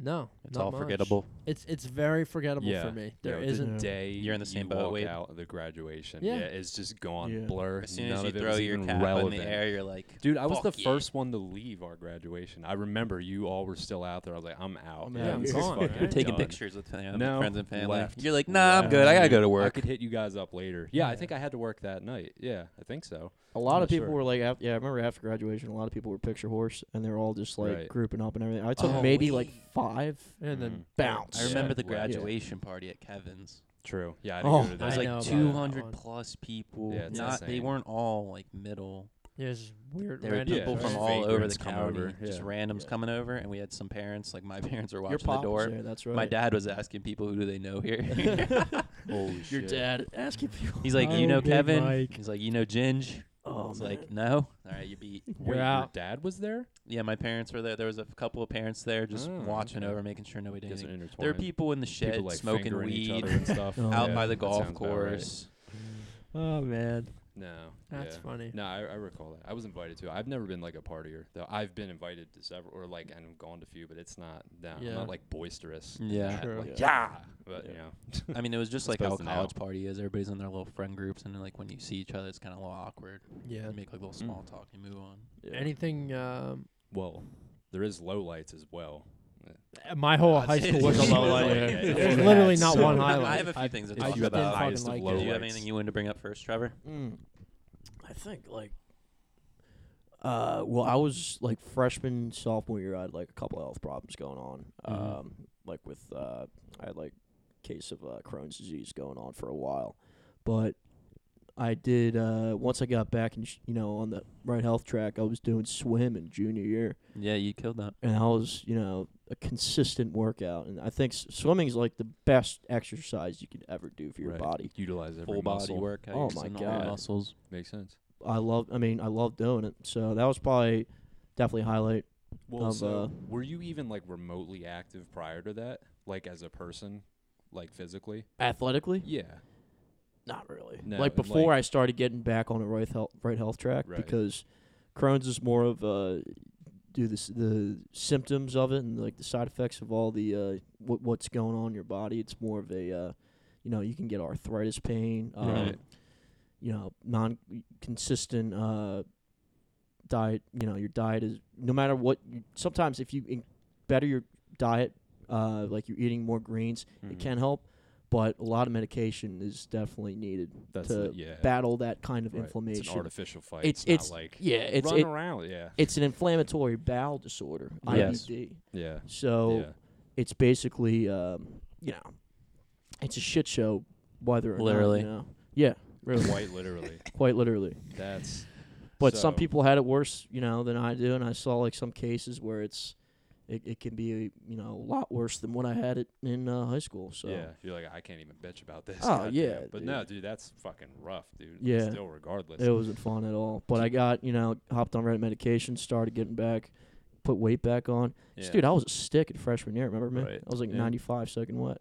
no,
It's
not
all
much.
forgettable.
It's it's very forgettable
Yeah.
for me. There
Yeah,
not
the day
You're in the same
you
boat,
walk
Wade.
out of the graduation.
Yeah.
Yeah, it's just gone
Yeah.
blur.
As soon
None
as you
of it
throw
was
your
even
cap
relevant.
in the air, you're like,
Dude, I was
Fuck
the
yeah.
first one to leave our graduation. I remember you all were still out there. I was like, I'm out.
I'm
man.
out.
This is
You're gone,
fucking
right?
taking
done."
pictures with fam- with
No,
friends and family.
left.
You're like, nah, I'm good. I gotta go to
I
work.
could hit you guys up later. Yeah, I
Yeah.
think I had to work that night. Yeah, I think so.
A lot
I'm
of
not
people
sure.
were like, after, yeah, I remember after graduation, a lot of people were picture horse, and they were all just like
Right.
grouping up and everything. I took
Oh,
maybe
wait.
like five.
And
Mm.
then
Bounce.
I remember the
Mm. Yeah.
graduation party at Kevin's.
True. Yeah, I
Oh,
didn't go to
It was
that.
I know
like
about that
200
one.
plus people.
Yeah, it's
not they
insane.
weren't all like middle.
there's weird
There were
random
Yeah,
people
just
from all over the
vagrants come
county,
over,
just
yeah.
randoms
Yeah.
coming over, and we had some parents. Like my parents were
Your
watching the
pop
door.
there, that's right.
My dad was asking people, "Who do they know here?"
Holy
Your
shit.
dad
eh.
asking people.
He's like,
Oh,
"You know
Big
Kevin."
Mike.
He's like, "You know Ginge."
Oh,
It's
man.
like, "No." All right, you beat.
You're
Wait, your
out.
dad was there?
Yeah, my parents were there. There was a couple of parents there just
Oh,
watching
okay.
over, making sure nobody did
Guess
anything.
they're
There were
intertwined.
people in the
People,
shed
like
smoking
fingering each
weed
other and stuff.
Oh,
out
yeah.
by the
that
golf
sounds about right.
course.
Oh man,
No.
that's
yeah.
funny.
No, I, I recall that. I was invited to. I've never been like a partier though. I've been invited to several, or like, and gone to few, but it's not. No, I'm
Yeah.
not like boisterous.
Yeah.
True.
Like, yeah,
Yeah.
but
Yeah.
you know,
I mean, it was just like how
Supposed to know.
college party is. Everybody's in their little friend groups, and then, like when you see each other, it's kind of a little awkward.
Yeah.
You make like little
Mm.
small talk, you move on.
Yeah.
Anything? Um,
well, there is low lights as well.
my whole high school was a low
Yeah.
light.
Yeah.
There's
Yeah.
literally not
So-
one
I
highlight.
have a few things to
I
talk
just
about.
didn't fucking
Highest of
like
low
it.
Do you have
lights.
anything you wanted to bring up first, Trevor?
Mm. I think like, uh, well, I was like freshman sophomore year. I had like a couple of health problems going on.
Mhm.
Um, like with uh, I had like case of uh, Crohn's disease going on for a while, but I did uh once I got back and you know on the right health track, I was doing swim in junior year.
Yeah, you killed that.
and I was, you know, a consistent workout. And I think s- swimming is like the best exercise you can ever do for your
Right.
body.
Utilize every
Full body
muscle.
work.
Oh my God.
muscles.
Makes sense.
I love, I mean, I love doing it. So that was probably definitely a highlight.
Well,
Of,
so
uh,
were you even like remotely active prior to that, like as a person, like physically?
Athletically,
Yeah.
not really.
No,
like
and,
before
like-
I started getting back on the right health, right health track
Right.
because Crohn's is more of uh, do this the symptoms of it and like the side effects of all the uh, what what's going on in your body. It's more of a, uh, you know, you can get arthritis pain. Um,
Right.
you know non consistent uh diet you know your diet is no matter what you, sometimes if you in- better your diet uh like you're eating more greens it
Mhm.
can help but a lot of medication is definitely needed
That's
to
it, yeah.
battle that kind of
Right. It's an
inflammation
artificial fight.
It's-
It's
it's-
not like
yeah it's
run
it,
around. Yeah.
it's an inflammatory bowel disorder
Yes.
IBD
Yeah.
so
yeah.
it's basically um you know it's a shit show whether or
Literally.
not, you know. yeah really
Quite literally.
quite literally
That's.
But some
So-
people had it worse, you know, than I do, and I saw like some cases where it's it, it can be you know a lot worse than what I had it in uh, high school. So
Yeah, you're like I can't even bitch about this.
Oh,
goddamn."
yeah,
but no, dude, that's fucking rough, dude.
Yeah.
still regardless.
it wasn't fun at all. But I got you know hopped on right medication, started getting back, put weight back on.
Yeah.
Dude, I was a stick at freshman year. Remember me?
Right.
I was like
Yeah.
95 second wet.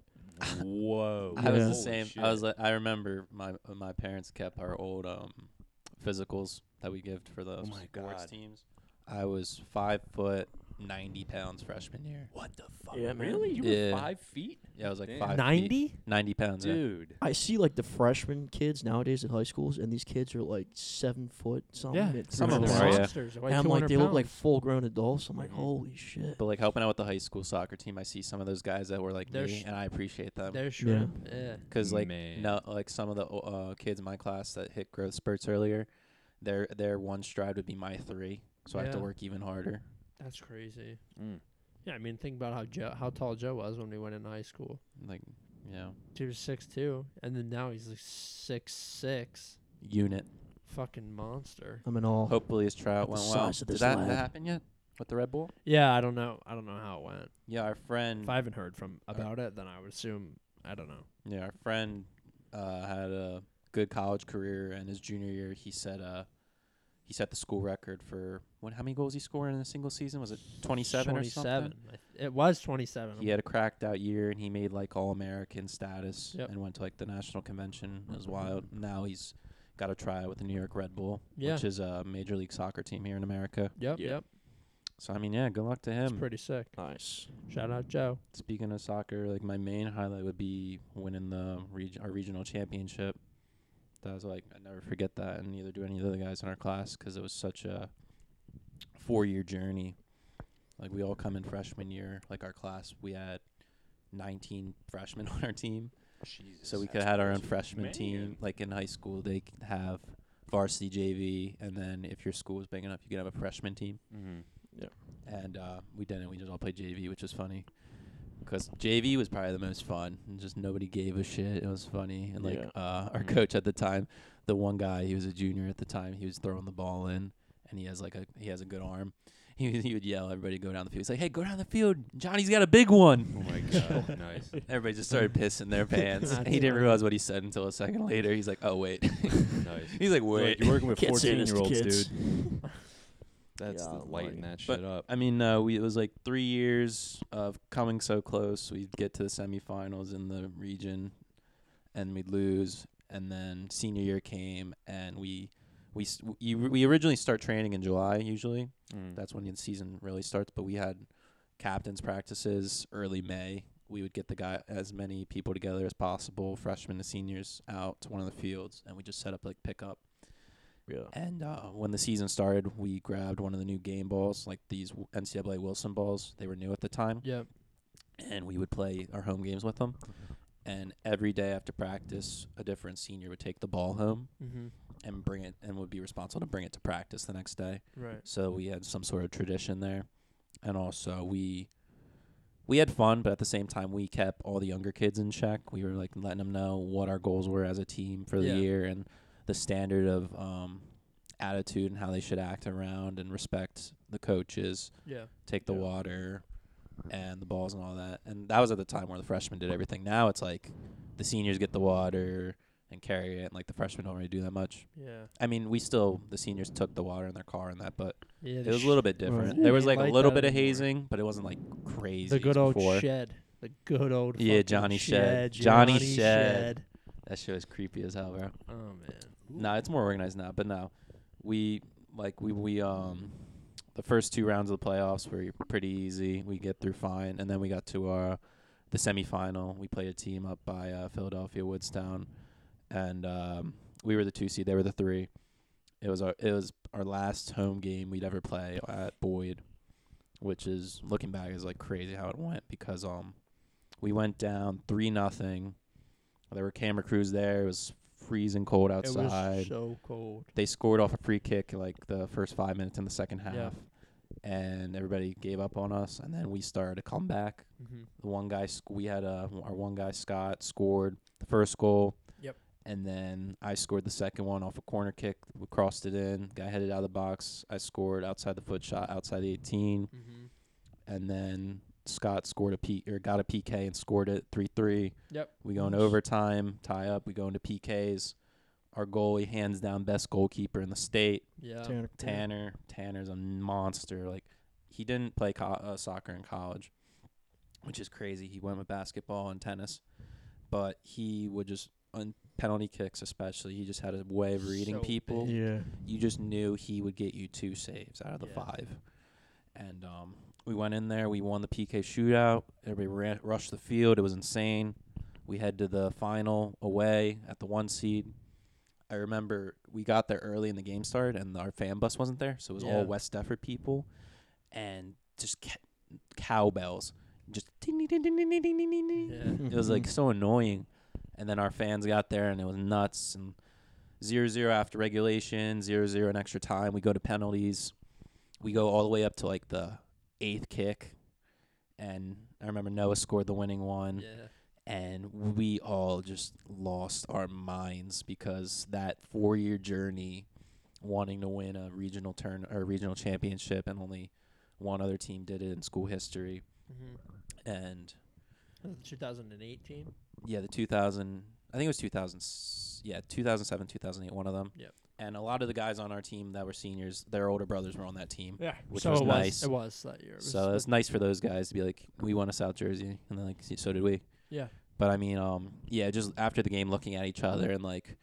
Whoa,
I was the
Yeah.
same. I was. Like, I remember my my parents kept our old um physicals that we gave for the
Oh my
sports
God.
teams. I was five foot 90 pounds freshman year.
What the fuck?
Yeah, man.
really? You
Yeah.
were five feet,
Yeah, I was like
Damn.
five. feet,
90?
90 pounds. yeah.
dude.
I see like the freshman kids nowadays at high schools, and these kids are like seven foot something.
Yeah,
at
Some of
freshman
them are,
year.
yeah. Mm-hmm.
And I'm like, they look like full grown adults. I'm like,
Mhm.
holy shit.
But like helping out with the high school soccer team, I see some of those guys that were like
They're
me,
sh-
and I appreciate them.
They're shrimp. Yeah.
because like
Man.
no like some of the uh, kids in my class that hit growth spurts earlier their their one stride would be my three so i have to
Yeah.
work even harder
That's crazy.
Mm.
Yeah, I mean, think about how Joe, how tall Joe was when we went in high school.
like you know
He was six two, and then now he's like six six.
unit
Fucking monster.
I'm in all.
hopefully his tryout
Oh, The
went well
size of
did
this
that, that
lad.
happen yet with the red bull
Yeah, I don't know. I don't know how it went.
yeah our friend
If I haven't heard from
Uh,
about it, then I would assume I don't know.
yeah our friend uh, had a good college career and his junior year he set uh he set the school record for what how many goals he scored in a single season was it 27, or something
27. I th- It was twenty seven.
he had a cracked out year and he made like all American status
Yep. Mm-hmm.
and went to like the national convention. It was wild. Now he's got a tryout with the New York Red Bull,
Yeah.
which is a major league soccer team here in America.
Yep,
Yeah.
yep.
So I mean, yeah, good luck to
It's
him.
pretty sick.
Nice.
Shout out Joe.
Speaking of soccer, like my main highlight would be winning the reg- our regional championship. That was like I never forget that, and neither do any of the other guys in our class because it was such a four year journey. Like we all come in freshman year, like our class, we had 19 freshmen on our team.
Jesus.
So we could
that's
have had our own
crazy.
freshman
Man.
team. Like in high school, they c- have varsity JV, and then if your school was big enough, you could have a freshman team.
Mhm.
And uh, we didn't. We just all played JV, which was funny. Because JV was probably the most fun. And just nobody gave a shit. It was funny. And like
Yeah.
uh, our
Mhm.
coach at the time, the one guy, he was a junior at the time. He was throwing the ball in, and he has like a he has a good arm. He would- he would yell, everybody go down the field. He's like, hey, go down the field. Johnny's got a big one.
Oh my god, nice.
Everybody just started pissing their pants.
That's
he didn't
funny.
realize what he said until a second later. He's like, "Oh wait."
Nice.
He's like,
You're
"Wait."
like, you're working with
Can't say
fourteen
this
year
to
olds,
kids.
dude. That's
Yeah,
the lighting
like-
that shit
But-
up.
I mean, uh, we it was like three years of coming so close. We'd get to the semifinals in the region, and we'd lose. And then senior year came, and we we s- w- you, we originally start training in July usually.
Mm.
That's when the season really starts. But we had captains practices early May. We would get the guy as many people together as possible, freshmen and seniors, out to one of the fields, and we just set up like pickup.
Yeah.
And uh, when the season started, we grabbed one of the new game balls, like these w- NCAA Wilson balls. They were new at the time,
Yep.
and we would play our home games with them. And every day after practice, a different senior would take the ball home
Mm-hmm.
and bring it, and would be responsible to bring it to practice the next day.
Right.
So we had some sort of tradition there, and also we we had fun, but at the same time we kept all the younger kids in check. We were like letting them know what our goals were as a team for the
Yeah.
year and the standard of um, attitude and how they should act around and respect the coaches,
Yeah.
take the
Yeah.
water and the balls and all that. And that was at the time where the freshmen did everything. Now it's like the seniors get the water and carry it, and like the freshmen don't really do that much.
Yeah.
I mean, we still the seniors took the water in their car and that, but
Yeah.
it was a little bit different.
Right.
There was
Yeah,
like a
like
little
that
bit of
anymore.
hazing, but it wasn't like crazy.
The
as
good old
before.
shed. The good old
Yeah,
fucking
Johnny shed. Johnny
Johnny,
shed. That shit was creepy as hell, bro.
Oh man.
Nah, it's more organized now, but no, we like we we um the first two rounds of the playoffs were pretty easy. We get through fine, and then we got to our the semifinal. We played a team up by uh, Philadelphia Woodstown, and um, we were the two seed. They were the three. It was our it was our last home game we'd ever play at Boyd, which is looking back is like crazy how it went because um we went down three nothing. There were camera crews there. It was freezing cold outside
It was so cold.
they scored off a free kick like the first five minutes in the second half,
Yeah.
and everybody gave up on us. And then we started a comeback.
Mm-hmm.
The one guy sc- we had uh, our one guy Scott scored the first goal.
Yep.
And then I scored the second one off a corner kick. We crossed it in. Guy headed out of the box. I scored outside the foot shot, outside the 18,
Mm-hmm.
and then Scott scored a P or got a PK and scored it three three.
Yep.
We go into
Nice.
overtime, tie up. We go into PKs. Our goalie hands down best goalkeeper in the state.
Yeah.
Tanner.
Tanner. Tanner's a monster. Like he didn't play co- uh, soccer in college, which is crazy. He went with basketball and tennis, but he would just on penalty kicks, especially. He just had a way of reading
So
people.
big.
Yeah.
You just knew he would get you two saves out of the
Yeah.
five, and um, We went in there. We won the PK shootout. Everybody ran, rushed the field. It was insane. We head to the final away at the one seed. I remember we got there early and the game started, and our fan bus wasn't there, so it was
Yeah.
all West Defford people, and just ca- cowbells, just ding ding ding ding ding ding ding ding ding. ding.
Yeah.
It
Mm-hmm.
was like so annoying. And then our fans got there and it was nuts and zero zero after regulation, zero zero in extra time. We go to penalties. We go all the way up to like the eighth kick. And I remember Noah scored the winning one
Yeah.
and we all just lost our minds because that four year journey wanting to win a regional turn or regional championship and only one other team did it in school history
Mm-hmm.
and
2018.
yeah, the 2000. I think it was 2000. s- Yeah, 2007, 2008. One of them.
Yep.
And a lot of the guys on our team that were seniors, their older brothers were on that team.
Yeah,
which
so
was
it
nice.
It was that year. It was
So it's nice for those guys to be like, we won a South Jersey, and they're like, "See, so did we.
Yeah.
But I mean, um, yeah, just after the game, looking at each other and like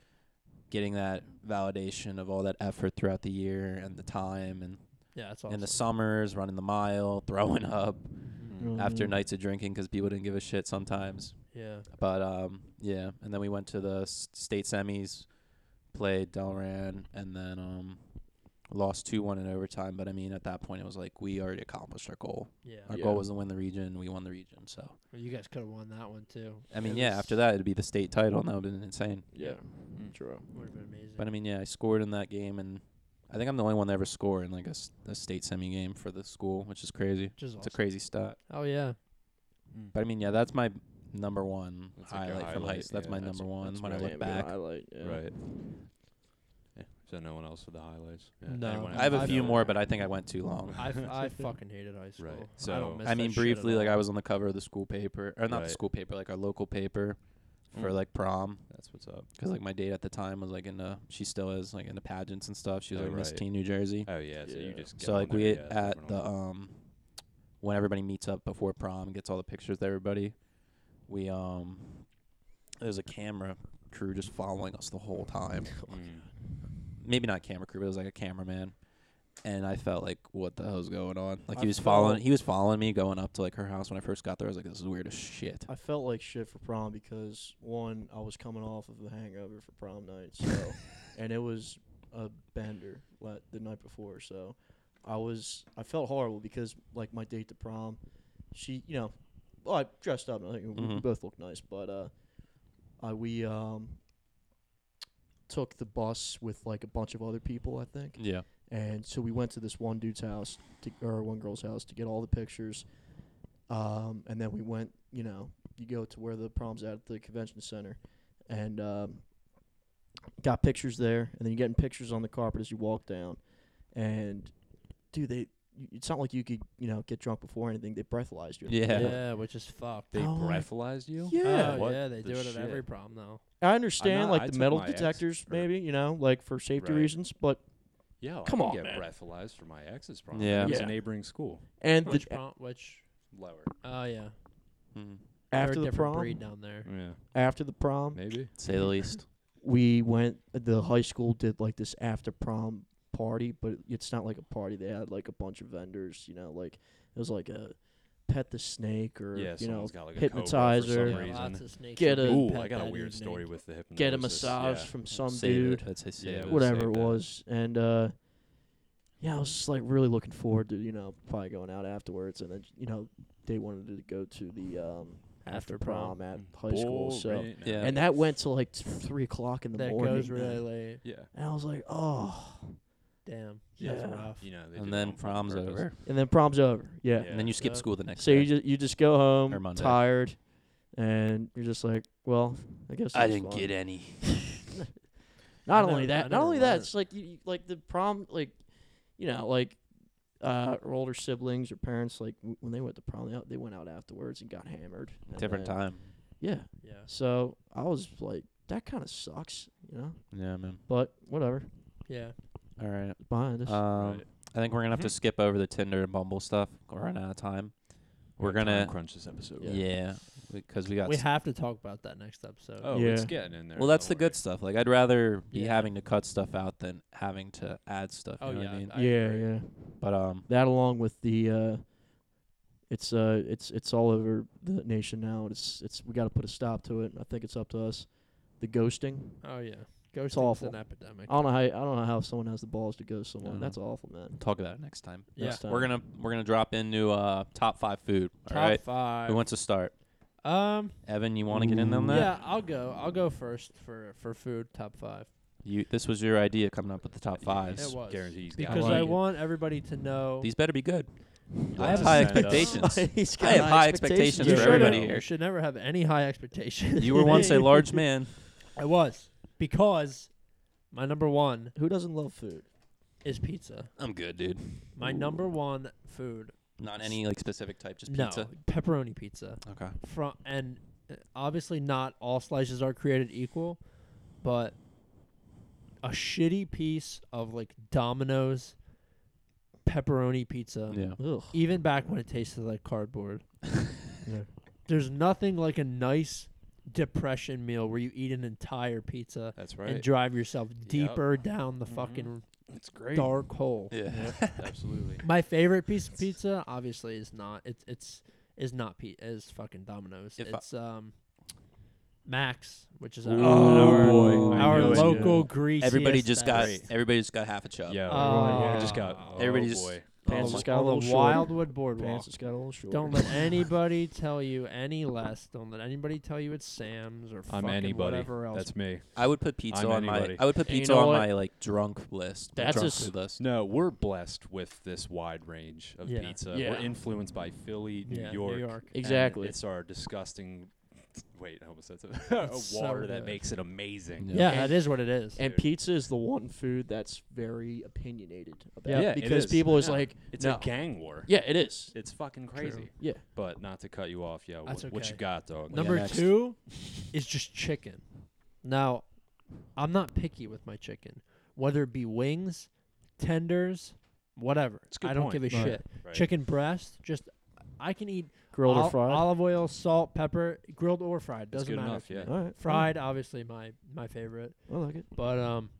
getting that validation of all that effort throughout the year and the time and
yeah, it's
in
awesome. Mm-hmm.
the summers, running the mile, throwing up
Mm.
after nights of drinking because people didn't give a shit sometimes.
Yeah.
But um, yeah, and then we went to the s- state semis, played Delran, and then um, lost two one in overtime. But I mean, at that point, it was like we already accomplished our goal.
Yeah.
Our
Yeah.
goal was to win the region. We won the region. So
Well, you guys could have won that one too.
I mean, yeah, after that, it'd be the state title, and that would have been insane.
Yeah.
Mm.
True.
would have been amazing.
But I mean, yeah, I scored in that game, and I think I'm the only one to ever score in like a, s- a state semi game for the school, which is crazy.
Which
It's
is
a
awesome.
crazy stat.
Oh yeah.
Mm.
But I mean, yeah, that's my number one
That's like your
highlight, from high
highlight,
school. That's
yeah,
my
that's-
number one
that's
when I
right.
look back.
Highlight, yeah.
Right. Yeah. Is there no one else for the highlights? Yeah.
No.
anyone
I have a
else?
few
No.
more, but I think I went too long.
I, f- I fucking hated high school. I
so-
don't miss
I mean,
that shit at
briefly, like
all.
I was on the cover of the school paper, or not
Right.
the school paper, like our local paper for
Mm.
like prom,
That's what's up.
because like my date at the time was like in the, she still is like in the pageants and stuff. She was
Oh,
like Miss
right.
Teen New Jersey.
Oh yeah, so you
Yeah.
just get
so
on
like
there,
we
yeah, it's
at
different
the
on-
um, when everybody meets up before prom, gets all the pictures with everybody. We um, there's a camera crew just following us the whole time.
Mm.
Maybe not camera crew, but it was like a cameraman. And I felt like, what the hell's going on? Like
I
he was following,
felt-
he was following me going up to like her house when I first got there. I was like, this is weird as shit.
I felt like shit for prom because one, I was coming off of a hangover for prom night, so and it was a bender la the night before, so I was I felt horrible because like my date to prom, she you know, well, I dressed up and I think we- we
Mhm.
both looked nice, but uh, I we um took the bus with like a bunch of other people, I think,
Yeah.
And so we went to this one dude's house, to, or one girl's house, to get all the pictures. Um, and then we went, you know, you go to where the prom's at, at the convention center, and um, got pictures there. And then you're getting pictures on the carpet as you walk down. And, dude, they. you- It's not like you could, you know, get drunk before anything. They breathalyzed you.
Yeah.
yeah, which is fucked.
They
Oh, like-
breathalyzed you?
Yeah.
oh,
What
yeah, they
the
do it at every
shit?
prom though.
I understand,
Uh, not-
like
I
the
took
metal
my ex-
detectors,
or-
maybe you know, like for safety
Right.
reasons. But
Yeah. I
Come
didn't
on,
Get
man.
breathalyzed for my ex's prom.
Yeah.
It was
Yeah.
a neighboring school.
and the,
Which prom? Which?
Lower.
Oh yeah.
Mm-hmm.
They're
after
a
the
different
prom,
breed down there.
Yeah.
after the prom,
Maybe.
Say the least.
we went the high school did like this after prom party but it's not like a party they had like a bunch of vendors you know like it was like a pet the snake or
Yeah.
you know
someone's got like a
hypnotizer.
hypnotizer.
Yeah,
For some
lots
reason.
of snakes.
Get
and
a-
big
Ooh, I
pet
got a
that
weird
evening.
story with the hypnosis.
get a massage from some dude
I'd say save
Yeah,
it.
it was
whatever it
saved that.
was and uh yeah i was just like really looking forward to you know probably going out afterwards and then you know they wanted to go to the um
After
after
prom.
prom at high school so
Boring.
Yeah.
and that went to like three o'clock in the
That
morning
goes really late.
Yeah.
and i was like oh
Damn.
Yeah.
That's rough.
You know, they do
And
that
then
on
prom's
purpose.
over.
and then prom's over yeah.
Yeah.
And then you skip
Yeah.
school the next
So
day.
you just you just go
Or
home
Monday.
tired, and you're just like, well, I guess
I
it was
didn't
fun.
get any.
Not
I
only
never- I
that, not
never
only that,
learned.
it's like you, you- like the prom, like you know, like uh, our older siblings or parents, like w- when they went to prom, they, they went out afterwards and got hammered. and
Different
then-
time.
Yeah.
Yeah.
So I was like, that kind of sucks, you know.
Yeah, man.
But whatever,
Yeah.
All right.
it's behind us.
Um, I think we're gonna have
Mm-hmm.
to skip over the Tinder and Bumble stuff. We're running out of time. We're
Time
gonna,
crunch this episode.
yeah, because we got.
We
s-
have to talk about that next episode.
Oh,
Yeah.
it's getting in there.
well, that's the
don't
good stuff. Like, I'd rather be
Yeah.
having to cut stuff out than having to add stuff. You
Oh,
know
yeah.
what I mean?
I
yeah,
agree.
yeah.
But um,
That along with the uh, It's uh, it's it's all over the nation now. It's it's we got to put a stop to it. I think it's up to us. The ghosting.
Oh yeah, ghosting's
awful.
an epidemic.
I don't know how I don't know how someone has the balls to ghost someone.
know.
That's awful, man.
Talk about it next time.
yeah,
Next time.
We're gonna we're gonna drop into uh, top five food.
top
all right.
five.
Who wants to start?
um,
Evan, you want to get in on
Ooh.
that?
yeah, I'll go. I'll go first for for food top five
You. This was your idea coming up with the top
It
fives.
was.
was.
guarantee he's got
because
like
I,
it.
want everybody to know.
These better be good.
I
have
have
high
a stand-up.
expectations.
He's
I have
got
high expectations
you
for
should
everybody
never-
here.
You should never have any high expectations.
You were once a large man.
I was because my number one
Who doesn't love food?
is pizza.
I'm good, dude.
My number one food.
Not any like specific type, just
no,
pizza.
pepperoni pizza.
Okay.
From and uh, obviously not all slices are created equal, but a shitty piece of like Domino's pepperoni pizza.
Yeah.
Ugh.
Even back when it tasted like cardboard. There's nothing like a nice depression meal where you eat an entire pizza
That's
and
right.
drive yourself deeper down the
Mhm.
fucking
It's great.
dark hole.
Yeah.
Absolutely.
My favorite piece of pizza, obviously, is not it's it's is not pe- is fucking Domino's.
If I-
it's um Max, which is our,
Oh,
our,
boy.
I
our
knew it.
local grease.
Everybody just got.
Great.
Everybody just got half a chub.
Yeah.
Oh.
I just got.
Everybody
oh
just-
boy.
Oh
Pants just
my-
got a
on
little
the
short.
Wildwood Boardwalk.
Pants just got a little short.
Don't let anybody tell you any less. Don't let anybody tell you it's Sam's or
I'm
fucking
anybody.
whatever else.
That's me.
I would put pizza
I'm
on
anybody.
my. I would put
And you
pizza
know
on
what?
my like drunk list. my
That's
drunk
a s-
food list.
No, we're blessed with this wide range of
Yeah.
pizza.
Yeah.
We're influenced by Philly, New
yeah,
York.
New York.
and
Exactly.
It's our disgusting. Wait, I almost said something.
It's so
water that
good.
makes it amazing.
Yeah.
Yeah,
And-
that is what it is.
and
dude.
pizza is the one food that's very opinionated about.
Yeah, it
because
is.
people is
Yeah.
like,
It's
no.
a gang war.
yeah, it is.
It's fucking crazy.
Yeah.
But not to cut you off, yeah. wh-
That's
What you
okay.
got, dog?
No.
Number
next.
two is just chicken. Now, I'm not picky with my chicken, whether it be wings, tenders, whatever.
It's a good
I don't
point.
give a
Right.
shit.
Right.
Chicken breast, just I can eat
Grilled
ol-
or fried.
olive oil, salt, pepper, grilled or fried.
That's
Doesn't
good
matter.
enough. Yeah.
All right.
Fried, obviously my my favorite,
I like it.
but um,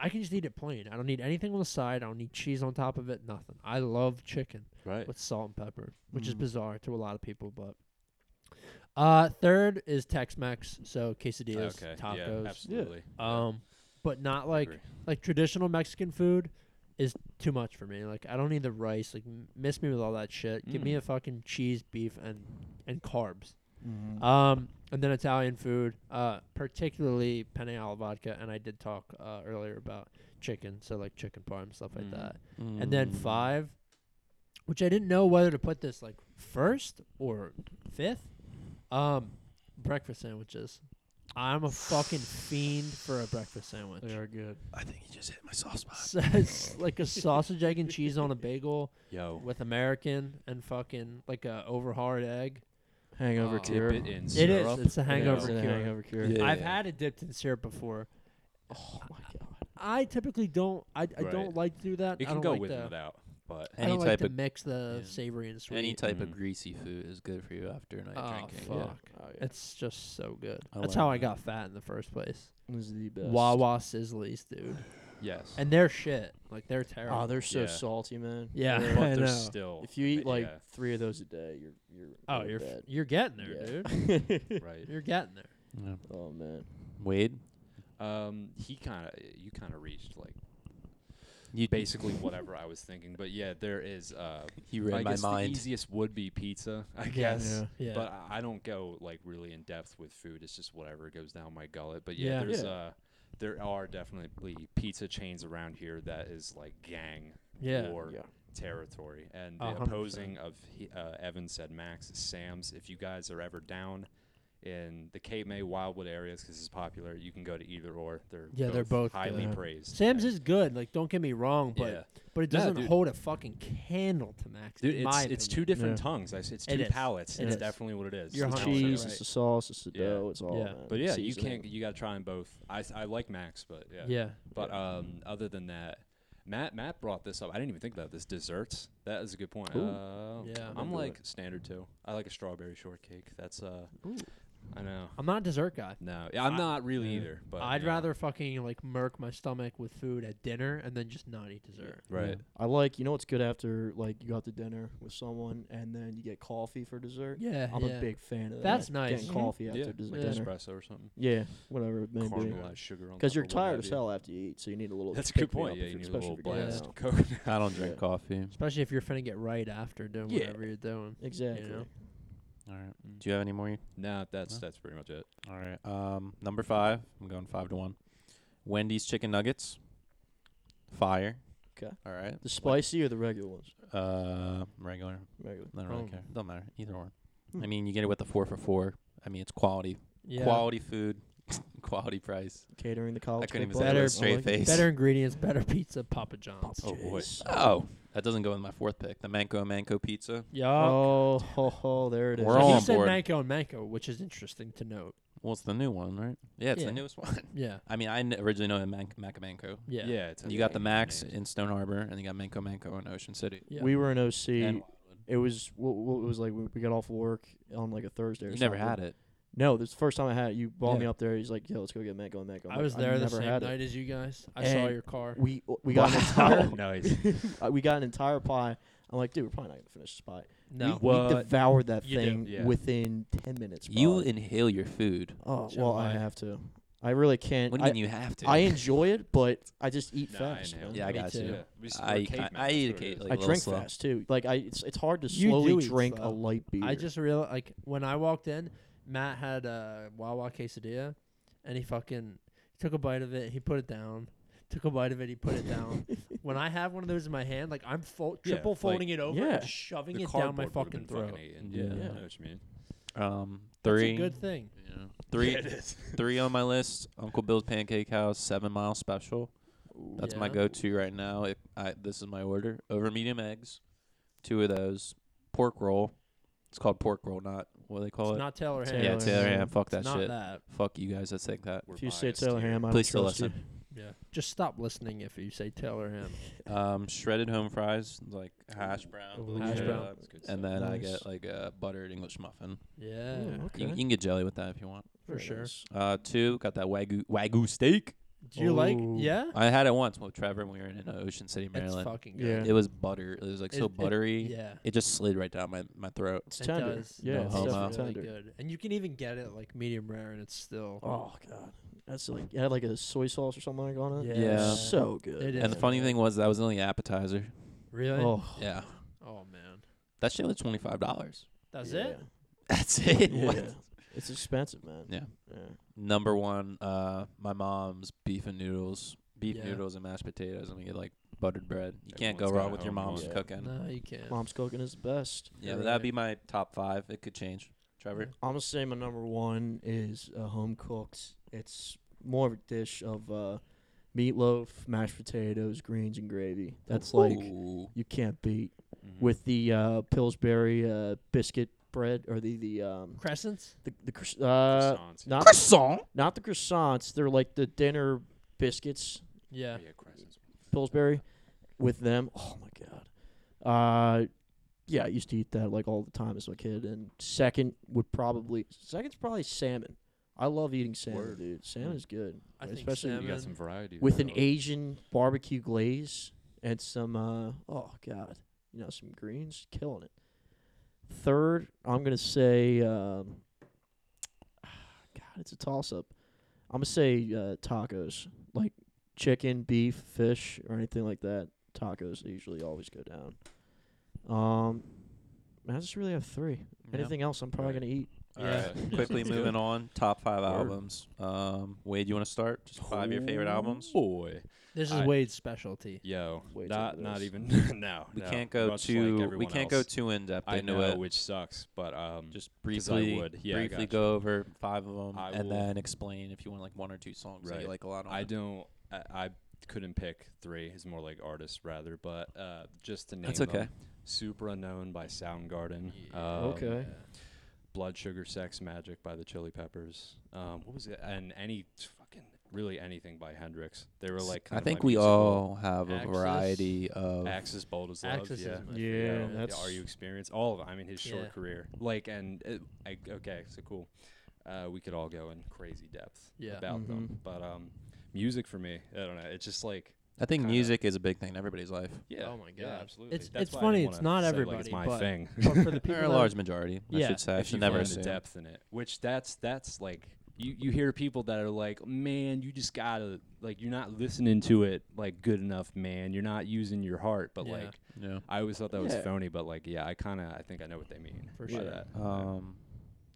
I can just eat it plain. I don't need anything on the side. I don't need cheese on top of it. Nothing. I love chicken
Right.
with salt and pepper, which is
Mm.
bizarre to a lot of people, but uh third is Tex-Mex, so quesadillas,
Okay.
tacos.
Yeah. Absolutely.
um but not like
agree.
like traditional Mexican food is too much for me. Like I don't need the rice. Like m- miss me with all that shit. Give me
Mm.
a fucking cheese, beef and and carbs. Um and then Italian food, uh particularly penne alla vodka and I did talk uh, earlier about chicken, so like chicken parm and stuff like
Mm.
that and then
Mm.
five, which I didn't know whether to put this like first or fifth. Um, breakfast sandwiches. I'm a fucking fiend for a breakfast sandwich.
They are good.
I think you just hit my soft spot.
So it's like a sausage, egg, and cheese on a bagel
Yo.
with American and fucking like a over hard egg.
Hangover
Uh,
Oh.
cure.
Dip it
It
in
is.
syrup.
It's a
It's
hangover
a
cure.
hangover cure.
Yeah.
I've had it dipped in syrup before.
Oh my god.
I typically don't. I, I
Right.
don't like to do that. I
It can
don't
go
like
with
to,
and without, but
I
Any
don't like
type
to
of
mix the
yeah.
savory and sweet.
any type of
Mm.
greasy food is good for you after a night
Oh,
drinking.
fuck.
Oh, yeah.
It's just so good.
I
That's
like
how I
that.
got fat in the first place.
It was the best.
Wawa Sizzlies, dude.
yes.
And they're shit. Like they're terrible.
Oh, they're so
Yeah.
salty, man.
Yeah.
but
I
there's
know.
still.
If you eat
ma-
like
yeah,
three of those a day, you're you're.
oh,
really
you're f-
bad.
you're getting there, dude.
yeah. dude.
right.
You're getting there.
Yeah.
oh man.
Wade,
Um, he kind of you kind of reached like
you
basically whatever I was thinking, but yeah, there is. Uh,
you read
I
my
guess the
mind.
easiest would be pizza, I
Yeah.
guess.
Yeah.
But I I don't go like really in depth with food. It's just whatever goes down my gullet. But yeah,
Yeah.
there's
Yeah.
uh, there are definitely pizza chains around here that is like gang
yeah.
war
Yeah.
territory. And
A
the
hundred
opposing of he, uh, Evan said Max is Sam's. If you guys are ever down in the Cape May Wildwood areas, because it's popular, you can go to either or. They're
Yeah, they're both
highly
good.
praised.
Sam's
I-
is good. Like don't get me wrong, but
Yeah.
but it
Nah,
doesn't
dude.
hold a fucking candle to Max.
Dude,
in
it's
my
it's two
opinion.
different
Yeah.
tongues. I s- It's
It
two
is.
palettes.
It
It's
is.
definitely what it is.
You're
It's
It's the
not
hundred percent
cheese,
like-
right.
it's the sauce, it's the
Yeah.
dough, it's all.
Yeah.
man.
But yeah,
It's
you
seasoning.
can't. You gotta try them both. I s- I like Max, but yeah.
Yeah.
But um, other than that, Matt Matt brought this up. I didn't even think about this. Desserts. That is a good point.
Ooh.
Uh,
Yeah.
I'm
Remember
like standard too. I like a strawberry shortcake. That's uh,
Ooh.
I know.
I'm not a dessert guy.
No, yeah, I'm
Mm. I-
not really
yeah.
either. But
I'd
yeah.
rather fucking like murk my stomach with food at dinner and then just not eat dessert.
right.
Yeah. I like you know what's good after like you go out to dinner with someone and then you get coffee for dessert.
Yeah,
I'm
yeah.
a big fan of
That's
that.
nice.
Getting
Mhm.
coffee after
Yeah,
dessert.
like
Yeah.
dinner.
espresso or something.
Yeah, whatever it may be.
Caramelized sugar on
Because
top
you're
of what have
tired as
you.
hell after you eat, so you need a little.
That's a good
pick me
point.
up
Yeah,
if
you
you're-
need a
especially
little
if you're
blast.
going out.
Coke.
I don't drink
Yeah.
coffee.
Especially if you're finna get right after doing
Yeah.
whatever you're doing.
Exactly.
know?
All right.
Mm.
Do you have any more?
No, that's
No.
that's pretty much it.
All right. Um, number five. I'm going five to one. Wendy's chicken nuggets. Fire.
'Kay.
All right.
The spicy or the regular ones?
Uh, regular.
Regular.
I don't really
Um,
care. Don't matter. Either one.
Hmm.
I mean, you get it with a four for four. I mean, it's quality.
Yeah.
Quality food. quality price.
Catering the college.
couldn't even
football.
say
it with a
straight
I like it.
face.
Better ingredients, better pizza, Papa John's.
Oh, boy.
Jeez.
Oh, that doesn't go with my fourth pick. The Manco Manco pizza.
Yup.
Oh, ho, ho, there it is.
We're
So
all
he
on
said
board.
Manco and Manco, which is interesting to note.
Well, it's the new one, right? Yeah, it's
Yeah.
the newest one.
Yeah.
I mean, I n- originally know it Man- Manco Manco.
Yeah.
it's
You got the Max in Stone Harbor, and you got Manco Manco in Ocean City.
Yeah.
We were in OC.
And Wildwood.
It was what, what it was like. We we got off work on like a Thursday. Or
you never
something.
had it.
No, this is the first time I had it. You brought me
Yeah.
up there. He's like, "Yo, let's go get Mango and Mango." I'm
I
like,
was there the
never
same
had
night
It.
as you guys. I saw
And
your car.
We we got an entire
nice.
uh, we got an entire pie. I'm like, dude, we're probably not gonna finish this pie.
No.
We, we devoured that
You do.
thing
Yeah.
within ten minutes.
You
probably.
inhale your food.
oh
Shall
well, I
I?
have to. I really can't.
What do you
I,
mean you have to?
I enjoy it, but I just eat
Nah, I
fast.
inhale.
man.
yeah, I
Me
got
too.
you.
Yeah. We s- we're
I, I,
cavemen,
I
that's
eat a
what it
cake.
is.
Like,
I
a little
drink
slow.
fast too. Like I, it's, it's hard to
You do
slowly
eat
drink a
slow.
light beer.
I just realized, like, when I walked in, Matt had a Wawa quesadilla, and he fucking took a bite of it. He put it down. Took a bite of it. He put it down. when I have one of those in my hand, like I'm fol-
Yeah,
triple
like-
folding it over,
Yeah.
and shoving
The
it down my
cardboard would've been
fucking throat.
eaten.
Yeah.
Yeah, I
Yeah.
know what you mean.
Um,
That's
three.
a good thing.
yeah. Three.
Yeah, it is.
three on my list. Uncle Bill's Pancake House, Seven Mile Special. That's my
Yeah.
go-to right now. If I this is my order: over medium eggs, two of those, pork roll. It's called pork roll, not what do they call
It's
it.
not Taylor
Taylor
Ham.
yeah,
Taylor
Taylor
Ham.
Ham. Fuck
It's
that
not
shit.
that.
Fuck you guys that think that.
We're
if you say
biased
Taylor
here.
Ham, I
Please
don't
still
trust you.
listen.
Yeah. Just stop listening if you say Taylor Ham.
Um, shredded home fries, like hash brown,
Ooh,
blue
hash
cheddar,
brown.
That's good
and
stuff.
then I
Nice.
get like a buttered English muffin.
yeah.
Ooh,
You, you
okay.
can get jelly with that if you want.
For
Very
sure.
nice.
Uh, two got that wagyu wagyu steak.
Do you like?
Ooh.
Yeah.
I had it once with Trevor when we were in uh, Ocean City,
It's
Maryland.
fucking good.
Yeah.
It was butter. It was like so
It- it-
buttery.
yeah.
It just slid right down my, my throat.
It's
It
tender.
does.
Yeah,
No
it's
homo.
definitely
really
tender.
good. And you can even get it like medium rare, and it's still.
Oh god, that's like it had like a soy sauce or something like on it.
Yeah.
so good.
It is.
And the funny thing was that was only appetizer.
Really? Oh,
Oh,
Yeah.
man,
That shit was twenty five dollars.
that's
yeah.
it.
That's it.
Yeah. It's expensive, man.
Yeah.
yeah.
Number one, uh, my mom's beef and noodles, beef
Yeah.
noodles and mashed potatoes, and we get like buttered bread. You can't go
Everyone's
wrong
got
with your
home
mom's
cooking.
cooking.
No, you can't.
Mom's cooking is the best.
Yeah,
You're
but
right.
that'd be my top five. It could change. Trevor,
I'm gonna say my number one is uh, home cooked. It's more of a dish of uh, meatloaf, mashed potatoes, greens, and gravy. That's like
Ooh.
you can't beat
Mhm.
with the uh, Pillsbury uh, biscuit bread or the the um,
Crescents.
the, the cros- uh,
Croissants, yeah.
not
croissant.
not the croissants. They're like the dinner biscuits.
Yeah.
Yeah, croissants.
Pillsbury with them. Oh my god. Uh yeah, I used to eat that like all the time as a kid. And second would probably second's probably salmon. I love eating salmon,
Word.
dude. Salmon's good.
I think
Especially
You
salmon-
got some variety.
with
there,
an
though.
Asian barbecue glaze and some uh oh god. You know, some greens, killing it. Third, I'm gonna say um God, it's a toss up. I'm gonna say uh, tacos, like chicken, beef, fish, or anything like that. Tacos usually always go down. Um, I just really have three. Anything else, I'm probably
Right.
gonna eat.
All
Yeah.
right. Quickly
Sounds
moving
good.
on. Top five
Word.
albums. Um, Wade, you want to start? Just five of your favorite albums.
Oh, Boy,
This is
I-
Wade's specialty.
yo,
Way
not
too
not
loose.
even no.
We
no.
can't go
Much like
too. we
everyone
can't go
else.
too in depth
I
into
know,
it.
which sucks, but um,
Just
'cause I
briefly,
would. Yeah, I
briefly
gotcha.
go over five of them,
I
and
will-
then explain if you want like one or two songs that you
Right.
like a lot. On
I
it.
don't. I, I couldn't pick three. It's more like artists rather, but uh, just to name
That's
them,
okay.
Super Unknown by Soundgarden. Um,
Okay.
Blood Sugar Sex Magic by the Chili Peppers. Um, what was it? And any fucking really anything by Hendrix. They were like.
I
kinda
think
my
we
musical-
all have a
Axis.
variety of.
Axis Bold as Love.
Axis is
yeah.
my
Yeah,
Yeah,
favorite.
that's-
are you experienced? All of it. uh, I mean, his short
Yeah.
career. Like, and it, I, okay, so cool. uh, we could all go in crazy depth
Yeah.
about them.
Mm-hmm.
Mhm.
But um, music for me, I don't know. It's just like
I think
Kinda.
music is a big thing in everybody's life.
yeah.
Oh my
yeah,
God.
absolutely.
It's-
That's
it's
why I didn't
funny, it's
wanna
not
say, like,
everybody,
it's my
but-
thing.
but for the people
Or a
that
large majority, I
Yeah.
should say. I
if
should
you
never
find the
assume.
depth in it. Which that's that's like you you hear people that are like, man, you just gotta like you're not listening to it like good enough, man. You're not using your heart, but
Yeah.
like
Yeah.
I always thought that was
Yeah.
phony, but like yeah, I kind of I think I know what they mean
For
by
sure.
that.
Um,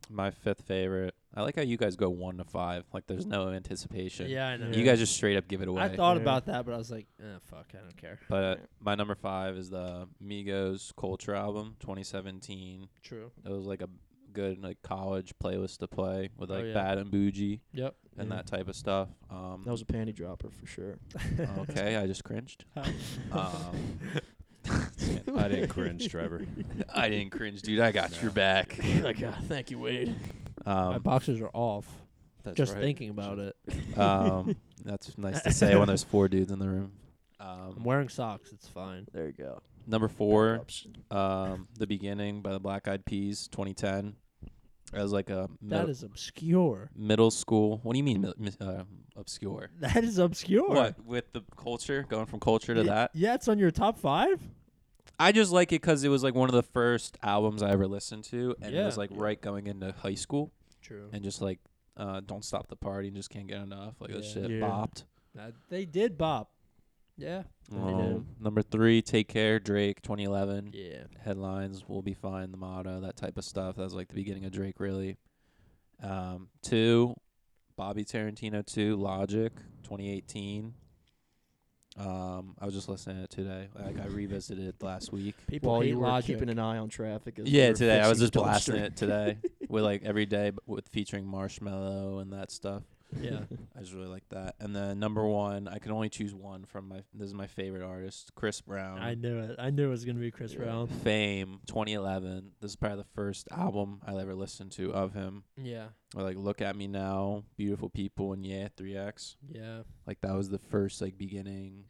my fifth favorite. I like how you guys go one to five. Like there's no anticipation.
yeah, I know.
You guys just straight up give it away.
I thought
Yeah.
about that, but I was like, eh, fuck, I don't care.
But uh, my number five is the Migos Culture album, 2017.
True.
It was like a good like college playlist to play with
Oh,
like
yeah.
Bad and Bougie
Yep.
and
Yeah.
that type of stuff. Um,
That was a panty dropper for sure.
okay. I just cringed. um,
I didn't cringe, Trevor.
I didn't cringe, dude. I got your
No.
back.
My God, thank you, Wade.
My
Um,
boxers are off.
That's
just
right.
thinking about it.
um, that's nice to say when there's four dudes in the room.
I'm
Um,
wearing socks. It's fine.
There you go.
number four,
Backups.
um, "The Beginning" by the Black Eyed Peas, 2010. That was like a mid-
That is obscure.
middle school. What do you mean mil- mis- uh, obscure?
That is obscure.
What with the culture going from culture to
Y-
that?
Yeah, it's on your top five.
I just like it because it was like one of the first albums I ever listened to, and it was
Yeah.
like right going into high school,
True.
and just like uh, "Don't Stop the Party" and just can't get enough. Like that
Yeah.
shit
Yeah.
bopped.
Uh, they did bop. Yeah.
They did.
Um, number three, "Take Care," Drake, 2011.
Yeah.
headlines will be fine the motto that type of stuff that was like the beginning of drake really um two bobby tarantino 2 logic 2018 um i was just listening to it today like i revisited it last week
People
While
hate
you were
logic.
keeping an eye on traffic. as we
yeah
were
today i was
fixing
just
the
blasting
dumpster.
it today with like every day but with featuring marshmallow and that stuff
yeah.
i just really like that and then number one i can only choose one from my this is my favorite artist chris brown
I knew it. I knew it was gonna be Chris
Yeah.
Brown.
Fame 2011. This is probably the first album I ever listened to of him.
Yeah.
Or like Look at Me Now, Beautiful People, and Yeah, 3X.
Yeah.
Like that was the first like beginning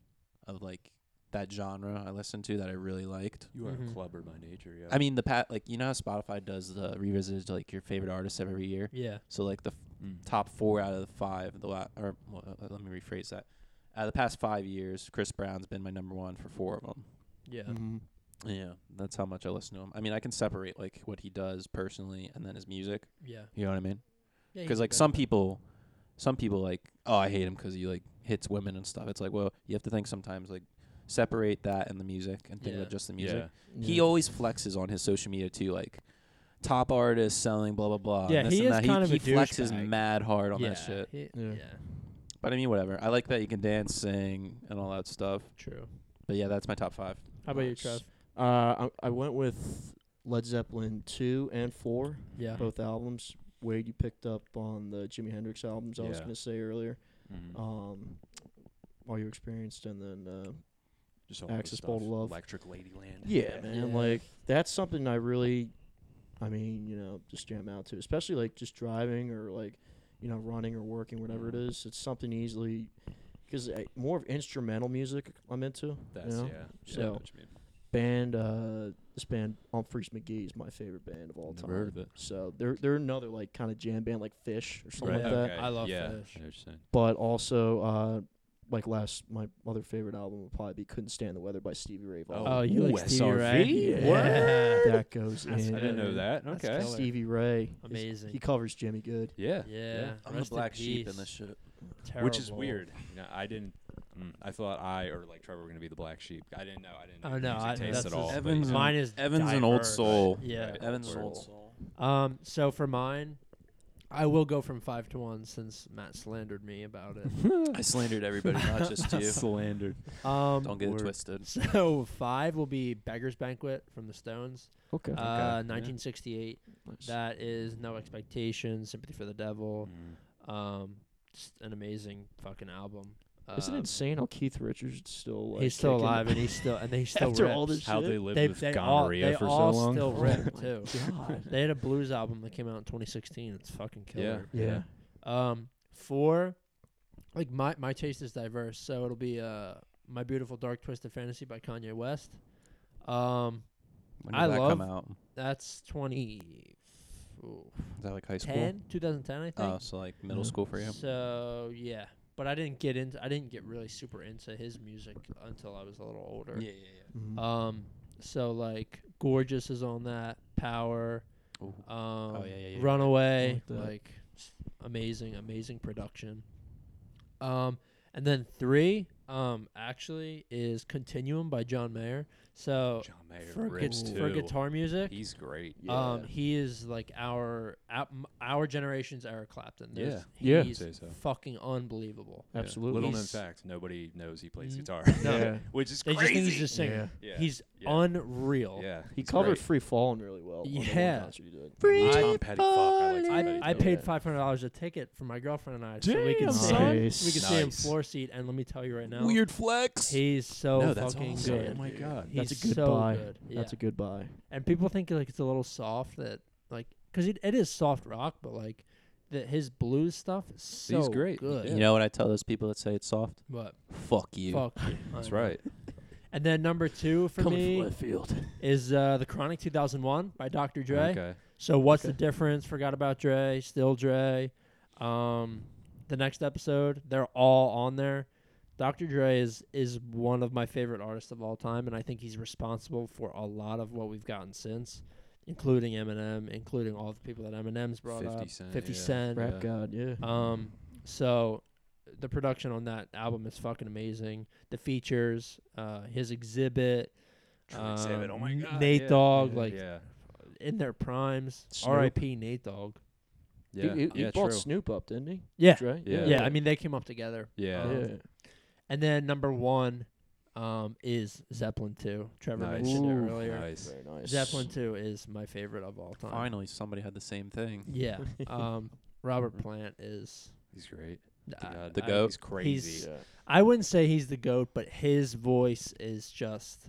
of like that genre I listened to that I really liked.
You are
Mhm.
a clubber by nature. Yeah.
I mean the pat like you know how Spotify does the revisits to like your favorite artists every year.
Yeah.
So like the
Mm.
top four out of the five, the la- or well, uh, let me rephrase that. Out of the past five years, Chris Brown's been my number one for four of them.
Yeah.
Mm.
Mhm.
Yeah, that's how much I listen to him. I mean, I can separate like what he does personally and then his music.
Yeah.
You know what I mean?
Yeah, you
Because
can
like
go
some
with that.
people, some people like, oh, I hate him because he like hits women and stuff. It's like, well, you have to think sometimes like separate that and the music and think
Yeah.
about just the music.
yeah.
He
Yeah.
always flexes on his social media too, like top artists selling blah blah blah. and
Yeah,
this
he
and
is
that.
kind of
he
a
flexes
douchebag.
mad hard on
yeah.
that shit.
he-
Yeah.
yeah.
But I mean, whatever. I like that you can dance, sing, and all that stuff.
True.
But yeah, that's my top five.
How about you,
Nice.
Trev?
Uh, I, I went with Led Zeppelin two and four,
Yeah.
Oh,
both albums. Wade, you picked up on the Jimi Hendrix albums. I was
Yeah.
gonna say earlier.
Mhm.
Um, all you experienced, and then uh,
Just all the
Axis
stuff.
Bold Love.
Electric Ladyland.
yeah, man,
Yeah.
like that's something I really, I mean, you know, just jam out to, especially like just driving or like, you know, running or working, whatever it is. It's something easily, because more of instrumental music I'm into.
That's
you know?
yeah. yeah,
So-
I know what you mean.
band uh this band Humphreys McGee is my favorite band of all
Never
time.
heard of it.
So they're they're another like kind of jam band like Fish or something
Right.
like that.
Okay,
I love
yeah,
Fish.
I know what you're saying.
But also uh like last my other favorite album would probably be Couldn't Stand the Weather by Stevie Ray Vaughan.
Oh, you
Ooh,
like Stevie
SRV?
Ray?
Yeah.
Yeah.
That goes in.
That's
I didn't know
dude.
that.
That's
Okay.
killer.
Stevie Ray. is-
Amazing.
He covers Jimmy Good.
Yeah.
Yeah.
I'm
Rest
the black sheep in
peace.
this shit.
Which is
Terrible.
weird. You know, I didn't. Mm, I thought I or like Trevor were gonna be the black sheep. I didn't know. I didn't.
Oh,
know
no,
music
I-
taste
that's
at
just-
all. but,
Evans
you know,
Mine is
Evan's an old
diverse.
soul.
Yeah.
Right.
Evan's an
Word.
old soul.
Um. So for mine, I will go from five to one since Matt slandered me about it.
I slandered everybody, not just you.
slandered.
Um.
Don't get
Word.
it twisted.
So five will be "Beggar's Banquet" from the Stones,
Okay.
uh, 1968.
Nice.
That is "No Expectations," "Sympathy for the Devil."
Mm.
Mm.
Um, just an amazing fucking album. Uh,
Isn't it insane how Keith Richards is still like
he's still
kicking
alive and he's still and they still
after
rips.
all this
How
shit?
they lived
they
with
they all,
gonorrhea
they
for
all
so long.
still
Oh
rip
my
too.
God.
They had a blues album that came out in 2016. It's fucking killer.
yeah.
Um, four, like my my taste is diverse, so it'll be uh my beautiful dark twisted fantasy by Kanye West. Um,
When
I
did that
love-
come out?
that's 20.
Is that like high school?
10, 2010, I think.
Oh, so like middle
Uh-huh.
Yeah.
school for you?
So yeah, but I didn't get into I didn't get really super into his music until I was a little older.
Yeah, yeah,
Mhm.
Um, so like Gorgeous is on that Power.
Ooh.
Um,
yeah, yeah, yeah.
Runaway,
Like that.
like s- amazing, amazing production. Um, and then three, um, actually is Continuum by John Mayer. So
John Mayer
for, gu-
rips
for
too.
guitar music,
He's great.
um, he is like our ou- m- our generation's Eric Clapton. There's,
Yeah. Yeah.
he's
Say so.
fucking unbelievable.
Yeah.
absolutely.
Little known
He's-
fact, nobody knows he plays
Mm.
guitar.
No. Yeah.
Which is
They
crazy.
just think he's just singing.
Yeah.
yeah.
He's
yeah.
unreal.
Yeah.
He
he's
covered
great.
"Free Fallen" really well. on that one
Yeah.
concert he did.
Free Tom Petty. Fuck. I like Tom
I,
Petty.
I
too.
paid
Yeah.
five hundred dollars a ticket for my girlfriend and I, so we
Damn,
can see
son.
we can
Nice.
see him
Nice.
floor seat. And let me tell you right now,
flex.
he's so
no, that's
fucking
awesome.
good.
Oh my god.
He's
That's a good
so
buy.
good. Yeah.
That's a good buy.
and people think like it's a little soft that like because it, it is soft rock, but like that his blues stuff is so
great.
Good.
Yeah.
You know what I tell those people that say it's soft?
But
Fuck you.
fuck, you.
That's
I know.
right.
And then number two for me
field.
is uh, the Chronic 2001 by Dr. Dre.
Okay.
So what's the
Okay.
difference? Forgot about Dre, still Dre. Um, the next episode, they're all on there. Dr. Dre is is one of my favorite artists of all time, and I think he's responsible for a lot of what we've gotten since, including Eminem, including all the people that Eminem's brought
50
up,
Cent,
Fifty
yeah.
Cent.
Rap
Yeah.
God, yeah.
Um, so the production on that album is fucking amazing. The features, uh, his exhibit,
Trying to save it. Oh my
um,
god.
Nate
yeah.
Dogg,
yeah.
like-
yeah.
in their primes.
Snoop.
R.I.P. Nate Dogg.
Yeah.
he, he, he
yeah,
bought
true.
Snoop up, didn't he?
Yeah.
Dre?
Yeah.
Yeah, I mean they came up together.
Yeah.
Um,
Yeah.
And then number one um, is Zeppelin Two. Trevor
Nice.
mentioned
Ooh,
it earlier.
Nice.
Very nice.
Zeppelin Two is my favorite of all time.
Finally, somebody had the same thing.
Yeah. Um,
Mm-hmm.
Robert Plant is.
He's great.
I-
God,
The
I-
goat.
He's crazy.
He's-
Yeah.
I wouldn't say he's the goat, but his voice is just.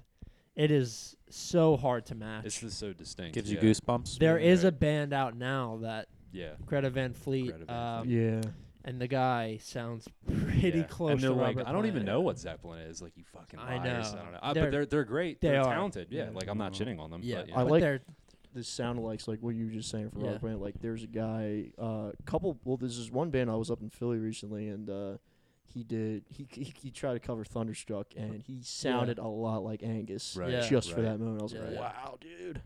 It is so hard to match.
It's just so distinct.
Gives
yeah.
you goosebumps.
there is
right.
a band out now that
Yeah.
Greta Van Fleet,
Greta Van
um,
Yeah.
and the guy sounds pretty
yeah.
close
And they're
to
like,
Robert
I don't even
Plant.
know what Zeppelin is. Like you fucking
I
liars.
know.
I don't know. Ah,
They're-
but they're they're great.
they
They're
are.
talented. Yeah.
Yeah.
Like I'm not shitting on them.
Yeah,
But,
I
but
like-
they're-
The sound likes like what you were just saying for
Yeah.
Rock Band. Like there's a guy, uh, couple. Well, this is one band I was up in Philly recently, and uh, he did he, he he tried to cover Thunderstruck, and he sounded a lot like Angus.
Right.
Yeah.
Just for
Right.
that moment, I was like,
Yeah.
wow, dude,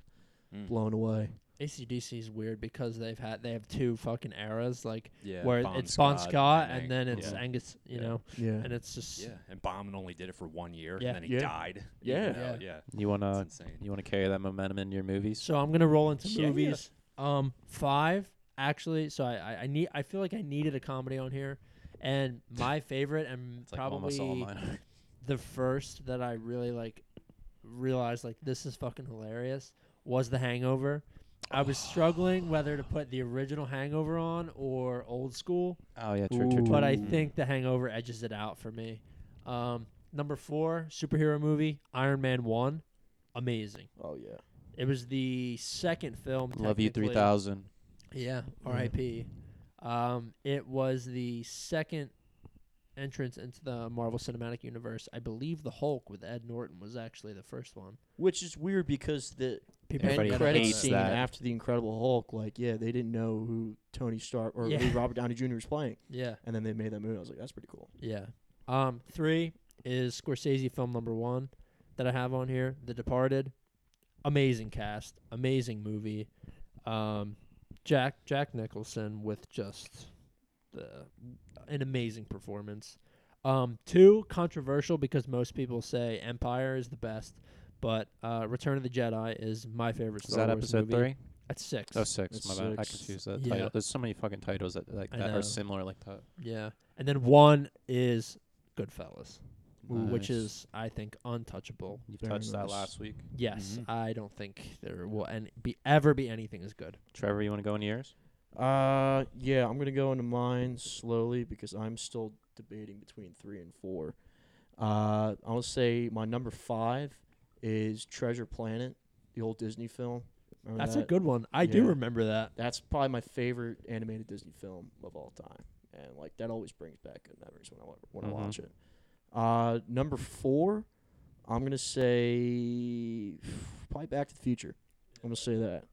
Mm.
blown away.
ACDC is weird because they've had they have two fucking eras like
Yeah.
where
Bon
it's Bon Scott and,
Ang-
then it's
yeah.
Angus, you
Yeah.
know,
Yeah.
and it's just
Yeah, and Bomb only did it for one year,
Yeah.
and then he
Yeah.
died.
Yeah.
you know?
Yeah.
yeah,
You wanna
it's insane.
you wanna carry that momentum into your movies?
So I'm gonna roll into
Yeah.
movies. Um, five actually. So I, I I need I feel like I needed a comedy on here, and my favorite and
It's like almost all
probably
mine.
the first that I really like realized like this is fucking hilarious was The Hangover. I was struggling whether to put the original Hangover on or old school.
oh yeah, true, true, true.
but I
Ooh.
think The Hangover edges it out for me. Um, number four superhero movie Iron Man One, amazing.
Oh yeah.
It was the second film.
Love you
technically-
three thousand. Mm-hmm.
Yeah, R.I.P. Um, it was the second entrance into the Marvel Cinematic Universe. I believe the Hulk with Ed Norton was actually the first one.
Which is weird because the
People
Everybody
end
forget
credit
about
hates
that.
scene
that.
after the Incredible Hulk, like yeah, they didn't know who Tony Stark or
Yeah.
who Robert Downey Jr. was playing,
Yeah,
and then they made that movie. I was like, that's pretty cool.
yeah. Um, three is Scorsese film number one that I have on here, The Departed. Amazing cast, amazing movie. Um, Jack Jack Nicholson with just the an amazing performance. Um, two controversial because most people say Empire is the best, but uh, Return of the Jedi is my favorite
Is
Star
that
Wars
episode
movie.
three?
That's six.
Oh six.
That's
my bad. I
six.
confused that
Yeah.
title. There's so many fucking titles that like
I
that
know.
are similar like that.
Yeah, and then one is Goodfellas,
Nice.
which is I think untouchable.
You
Very
touched that
nice.
last week.
Yes,
Mm-hmm.
Mhm.
I don't think there will any, be ever be anything as good.
Trevor, you wanna go into yours?
Uh, yeah, I'm gonna go into mine slowly because I'm still debating between three and four. Uh, I'll say my number five is Treasure Planet, the old Disney film. Remember
That's
that?
a good one. I do
yeah.
remember that.
That's probably my favorite animated Disney film of all time, and like that always brings back good memories when I wa- when
Mm-hmm.
Mhm.
I watch it. Uh, number four, I'm gonna say probably Back to the Future. I'm gonna say that.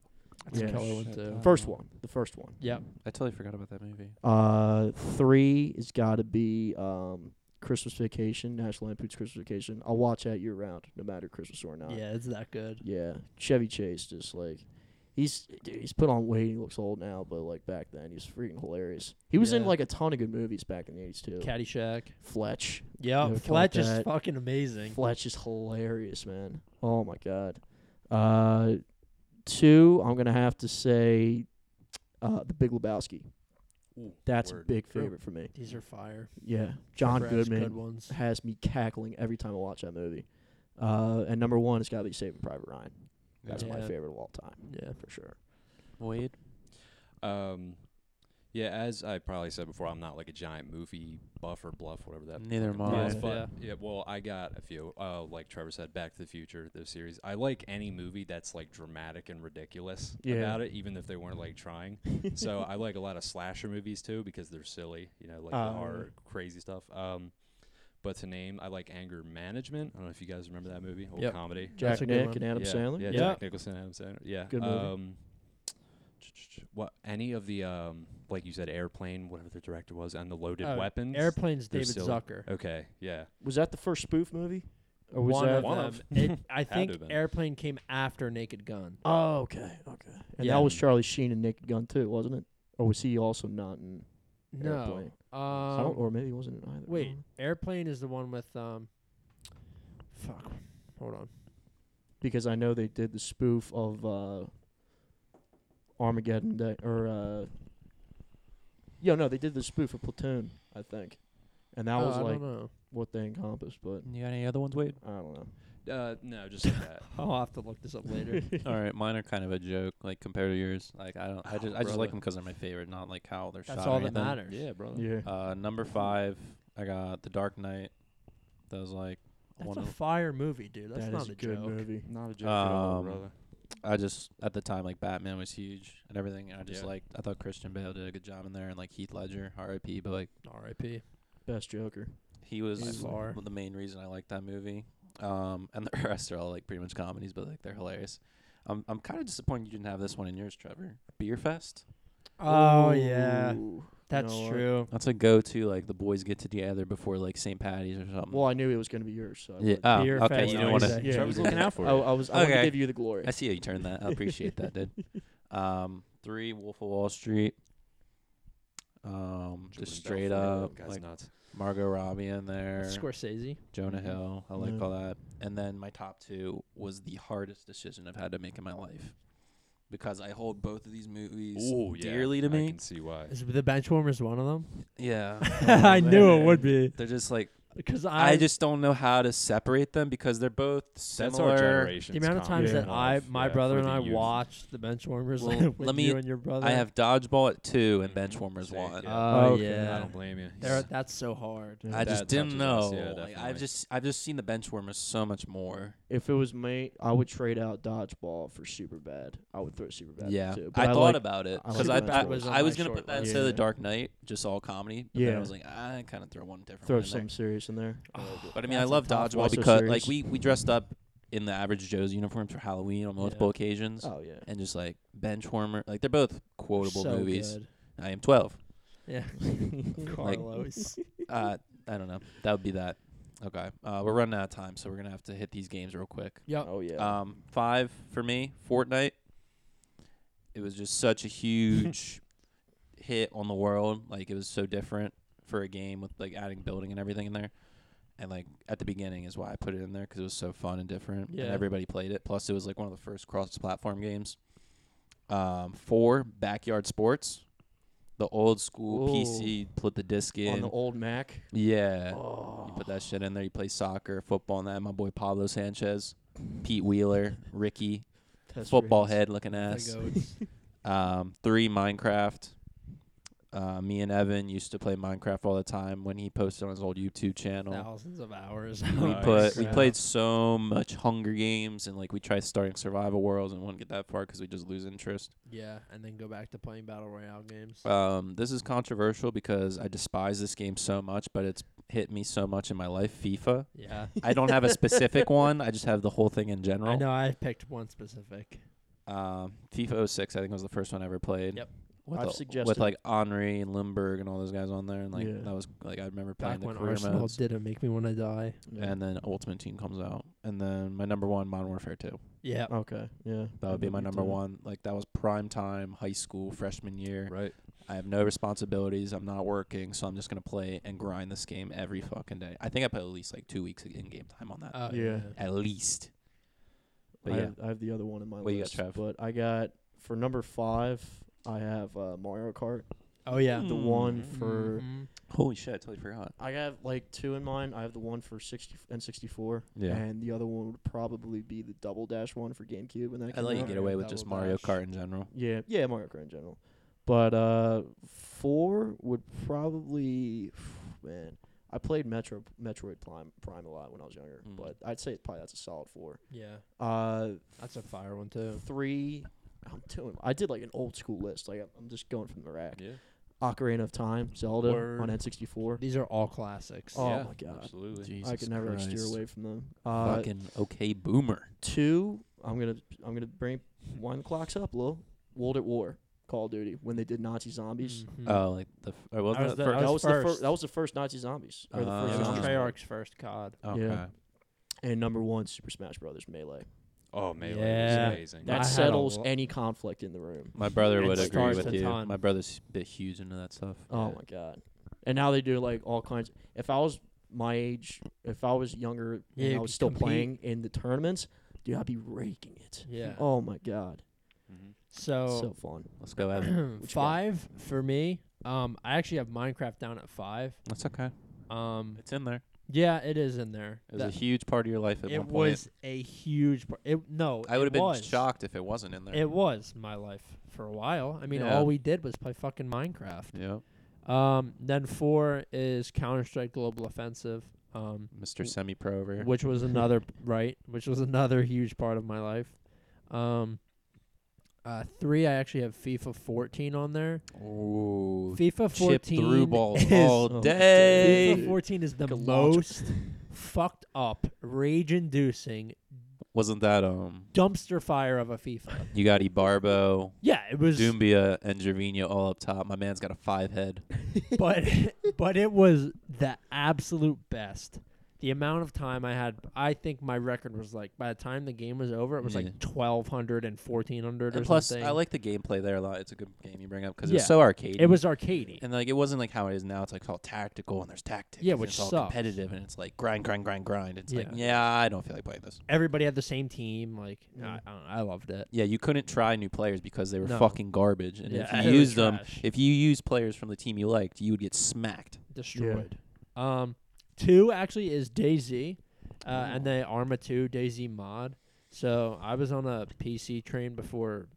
That's
Yeah.
a killer one
Shit.
too.
First one, the first one.
Yep.
I totally forgot about that movie.
Uh, three has got to be um, Christmas Vacation, National Lampoon's Christmas Vacation. I'll watch that year round, no matter Christmas or not.
Yeah, it's that good.
Yeah, Chevy Chase just like he's dude, he's put on weight. He looks old now, but like back then he was freaking hilarious. He was in
Yeah.
like a ton of good movies back in the eighties too.
Caddyshack.
Fletch,
Yeah,
Yeah, we
Fletch
caught
is
that.
fucking amazing.
Fletch is hilarious, man. Oh my god. Uh, two, I'm gonna have to say, uh, The Big Lebowski. That's a big
True.
favorite for me.
These are fire.
Yeah, John
Brass,
Goodman
Good ones.
has me cackling every time I watch that movie. Uh, and number one, it's got to be Saving Private Ryan. That's my
Yeah.
favorite of all time,
Yeah.
for sure.
Wade.
Um, yeah, as I probably said before, I'm not like a giant movie buff or bluff, whatever that.
Neither
fucking
am I.
thing is,
Yeah.
But yeah. well, I got a few. Uh, like Trevor said, Back to the Future, the series. I like any movie that's like dramatic and ridiculous
Yeah.
about it, even if they weren't like trying. so I like a lot of slasher movies too because they're silly, you know, like
Oh,
the
yeah.
horror, crazy stuff. Um, but to name, I like Anger Management. I don't know if you guys remember that movie, old
Yep.
comedy.
That's
Jack
a good
Nick
one.
and Adam
yeah,
Sandler.
Yeah,
Yeah.
Jack Nicholson, Adam Sandler. Yeah.
Good movie.
Um, what any of the um like you said airplane whatever the director was and the loaded
Oh,
weapons
Airplanes,
They're
David
silly.
Zucker.
okay yeah
Was that the first spoof movie? Or was
One
that
of
One
them.
of-
It, I
to have
think
been.
Airplane came after Naked Gun.
Oh, okay, okay. And
Yeah.
that was Charlie Sheen and Nick Gun too, wasn't it? Or was he also not in?
No.
Airplane. I don't-
Um,
or maybe he wasn't in either.
wait, Airplane is the one with um. Fuck. Hold on.
Because I know they did the spoof of uh, Armageddon Day, or uh, yeah, no, they did the spoof of Platoon, I think, and that
Oh,
was
I
like
don't know.
what they encompassed, but
You got any other ones, Wade?
I don't know.
uh no just like that
I'll have to look this up later.
All right, mine are kind of a joke, like compared to yours. Like I don't, I just, I
Oh,
just
brother.
like them because they're my favorite, not like how they're
That's
shot. or
all that
anything.
matters.
yeah brother
Yeah.
Uh, number five, I got The Dark Knight. That was like
That's
one
a
of.
fire movie, dude. That's
That
not
is
a
a good
joke.
movie.
not a joke
at
at
all,
all,
Um,
brother
brother. I just at the time like Batman was huge and everything, and I just
Yeah.
like I thought Christian Bale did a good job in there, and like Heath Ledger, R.I.P. But like
R.I.P.
Best Joker.
he was
By far.
the main reason I like that movie. Um, and the rest are all like pretty much comedies, but like they're hilarious. I'm I'm kind of disappointed you didn't have this one in yours, Trevor. Beer Fest.
Oh yeah,
Ooh.
that's
know what?
true.
That's a go-to. Like the boys get together before like St. Patty's or something.
Well, I knew it was going to be yours. So I
yeah.
wouldn't-
Oh,
Beer
okay.
Fest
You didn't want
Wednesday.
to.
Yeah,
Trevor's
you
looking
did.
out for
I,
you
I was. I wanted to
Okay.
give you the glory.
I see how you turned that. I appreciate that, dude. Um, three Wolf of Wall Street. Um,
Jordan
just straight
Belfort,
up
guy's
like
nuts
Margot Robbie in there,
Scorsese.
Jonah
Mm-hmm.
Mhm.
Hill. I like
Yeah.
all that. And then my top two was the hardest decision I've had to make in my life because I hold both of these movies
Ooh, yeah,
dearly to
I
me.
can see why
Is the Benchwarmers one of them?
Yeah,
I knew it
man.
would be
They're just like
because I,
I, just don't know how to separate them because they're both similar.
that's our generation
the amount of times
Yeah.
that I my brother and I watched the Benchwarmers
Well,
with
let me-
you and your brother.
I have dodgeball at two and
Mhm.
Benchwarmers
See,
one.
yeah.
Oh
Okay.
I
yeah,
don't blame you
They're- that's so hard.
I
That
just didn't
touches us,
know.
yeah,
like, I've
definitely.
just I've just seen the benchwarmers so much more.
If it was me, I would trade out dodgeball for super bad. I would throw super bad.
yeah,
too.
I,
But
thought
like-
about it
I like
because I,
the
thought-
Benchwarmers.
I was
Yeah.
gonna put that
Yeah.
instead of the Dark Knight, just all comedy. But then
Yeah.
I was like, "Ah, I kind of throw one different.
throw
one in there.
something serious in there.
But I mean, I
That's a
love
tough
one.
dodgeball
So
because
serious.
like we we dressed up in the average Joe's uniforms for Halloween on multiple
Yeah.
occasions,
Oh yeah.
and just like benchwarmer, like they're both quotable
so
movies.
Good.
I am twelve.
Yeah, Carlos.
Uh, I don't know. That would be that. Okay, uh, we're running out of time, so we're gonna have to hit these games real quick.
yep.
Oh yeah.
Um, five for me, Fortnite. It was just such a huge hit on the world. Like it was so different for a game with like adding building and everything in there. And like at the beginning is why I put it in there because it was so fun and different.
Yeah.
And everybody played it. Plus, it was like one of the first cross-platform games. Um, four backyard sports, the old school PC, put the disc in.
on the old Mac.
yeah. You
Oh.
put that shit in there. You play soccer, football, and that. My boy Pablo Sanchez, Pete Wheeler, Ricky,
Test
football
results.
head looking ass. Um, three Minecraft. Uh, me and Evan used to play Minecraft all the time when he posted on his old YouTube channel.
Thousands of hours.
We
Nice.
put we
Minecraft.
played so much Hunger Games and like we tried starting survival worlds and wouldn't get that far because we just lose interest.
Yeah, and then go back to playing battle royale games.
Um, this is controversial because I despise this game so much, but it's hit me so much in my life. FIFA.
yeah,
I don't have a specific one. I just have the whole thing in general.
I know. I picked one specific.
Um, FIFA 06, I think was the first one I ever played.
Yep.
With,
I've
the- with
suggested-
like Henri and Lindbergh and all those guys on there, and like
Yeah.
that was like I remember playing
Back
the
when
career
Arsenal
modes.
did it, make me want to die.
Yeah.
And then Ultimate Team comes out, and then my number one Modern Warfare 2.
Yeah.
okay, yeah,
That would be my
Me
number
too.
one. Like that was prime time, high school, freshman year.
Right.
I have no responsibilities. I'm not working, so I'm just gonna play and grind this game every fucking day. I think I put at least like two weeks in game time on that.
Oh,
Yeah.
at least. But
I,
yeah,
have, I have the other one in my
What you got,
list.
Trav?
But I got for number five, I have uh, Mario Kart.
Oh yeah.
The one
Mm-hmm.
for
Mhm.
holy shit, I totally forgot.
I got like two in mind. I have the one for sixty and sixty four.
Yeah.
And the other one would probably be the Double Dash one for GameCube. And that
I
came
let you
out.
get
Mario
away with just
Double
Mario
Dash.
Kart in general.
Yeah, yeah, Mario Kart in general. But uh, four would probably, man. I played Metro Metroid Prime Prime a lot when I was younger,
Mm.
but I'd say probably that's a solid four.
Yeah.
Uh,
That's a fire one too.
three. I'm doing. I did like an old school list. Like I'm just going from the rack.
Yeah.
Ocarina of Time, Zelda
Word.
on N64.
These are all classics.
Oh
Yeah,
my god,
Absolutely.
I could never like, steer away from them. Uh,
Fucking okay, boomer.
two. I'm gonna I'm gonna bring wind the clocks up, Lil. World at War, Call of Duty, when they did Nazi zombies.
Mhm.
Oh, like the. F- or wasn't
was
that
the-
first?
I
That was
was
the
first.
first. That was the first Nazi zombies. Or the
Uh,
it
first
was
Um,
zombies.
Treyarch's first COD.
okay.
yeah. And number one, Super Smash Brothers Melee.
Oh, melee
Yeah.
was amazing.
I
That
had a
settles
lo-
any conflict in the room.
My brother
It
would agree
starts
with
a
you.
ton.
My brother's a bit huge into that stuff.
Oh
Yeah.
my god! And now they do like all kinds. If I was my age, if I was younger
Yeah,
and
you
I was
could
still
compete.
playing in the tournaments, dude, I'd be raking it.
Yeah. Oh.
Oh my god,
Mhm.
so fun.
Let's go at it.
What you got?
five for me. Um, I actually have Minecraft down at five.
That's okay.
Um,
It's in there.
yeah, it is in there.
It was
That-
a huge part of your life at
it
one point.
was a huge part. It, no,
I would
it
have been
was.
shocked if it wasn't in there.
It was my life for a while. I mean,
Yeah.
all we did was play fucking Minecraft.
yeah.
Um, then four is Counter Strike Global Offensive. Um,
Mr. Semi Pro over here.
which was another right, which was another huge part of my life. Um, uh, three, I actually have FIFA 14 on there.
Ooh.
FIFA 14
Chip through balls
is
all
Oh,
day.
FIFA 14 is the
Galacha.
most fucked up, rage-inducing
Wasn't that um?
dumpster fire of a FIFA.
You got Ibarbo,
Yeah, it was,
Doombia, and Gervinho all up top. My man's got a five head.
but but it was the absolute best. The amount of time I had, I think my record was like by the time the game was over, it was
Yeah.
like 1200 and 1400 or
And plus,
something.
I like the gameplay there a lot. It's a good game you bring up because
Yeah.
it's so arcade.
it was arcadey.
and like it wasn't like how it is now. It's like all tactical and there's tactics.
Yeah,
and
which
it's all
sucks.
competitive and it's like grind, grind, grind, grind. It's like
Yeah.
yeah, I don't feel like playing this.
Everybody had the same team. Like I,
Mm.
I, don't know, I loved it.
Yeah, you couldn't try new players because they were
No.
fucking garbage. And
Yeah,
if
they
you
were
used them,
trash.
if you used players from the team you liked, you would get smacked.
destroyed. Um, two actually is DayZ, uh, and
Oh.
the Arma Two DayZ mod. So I was on a PC train before.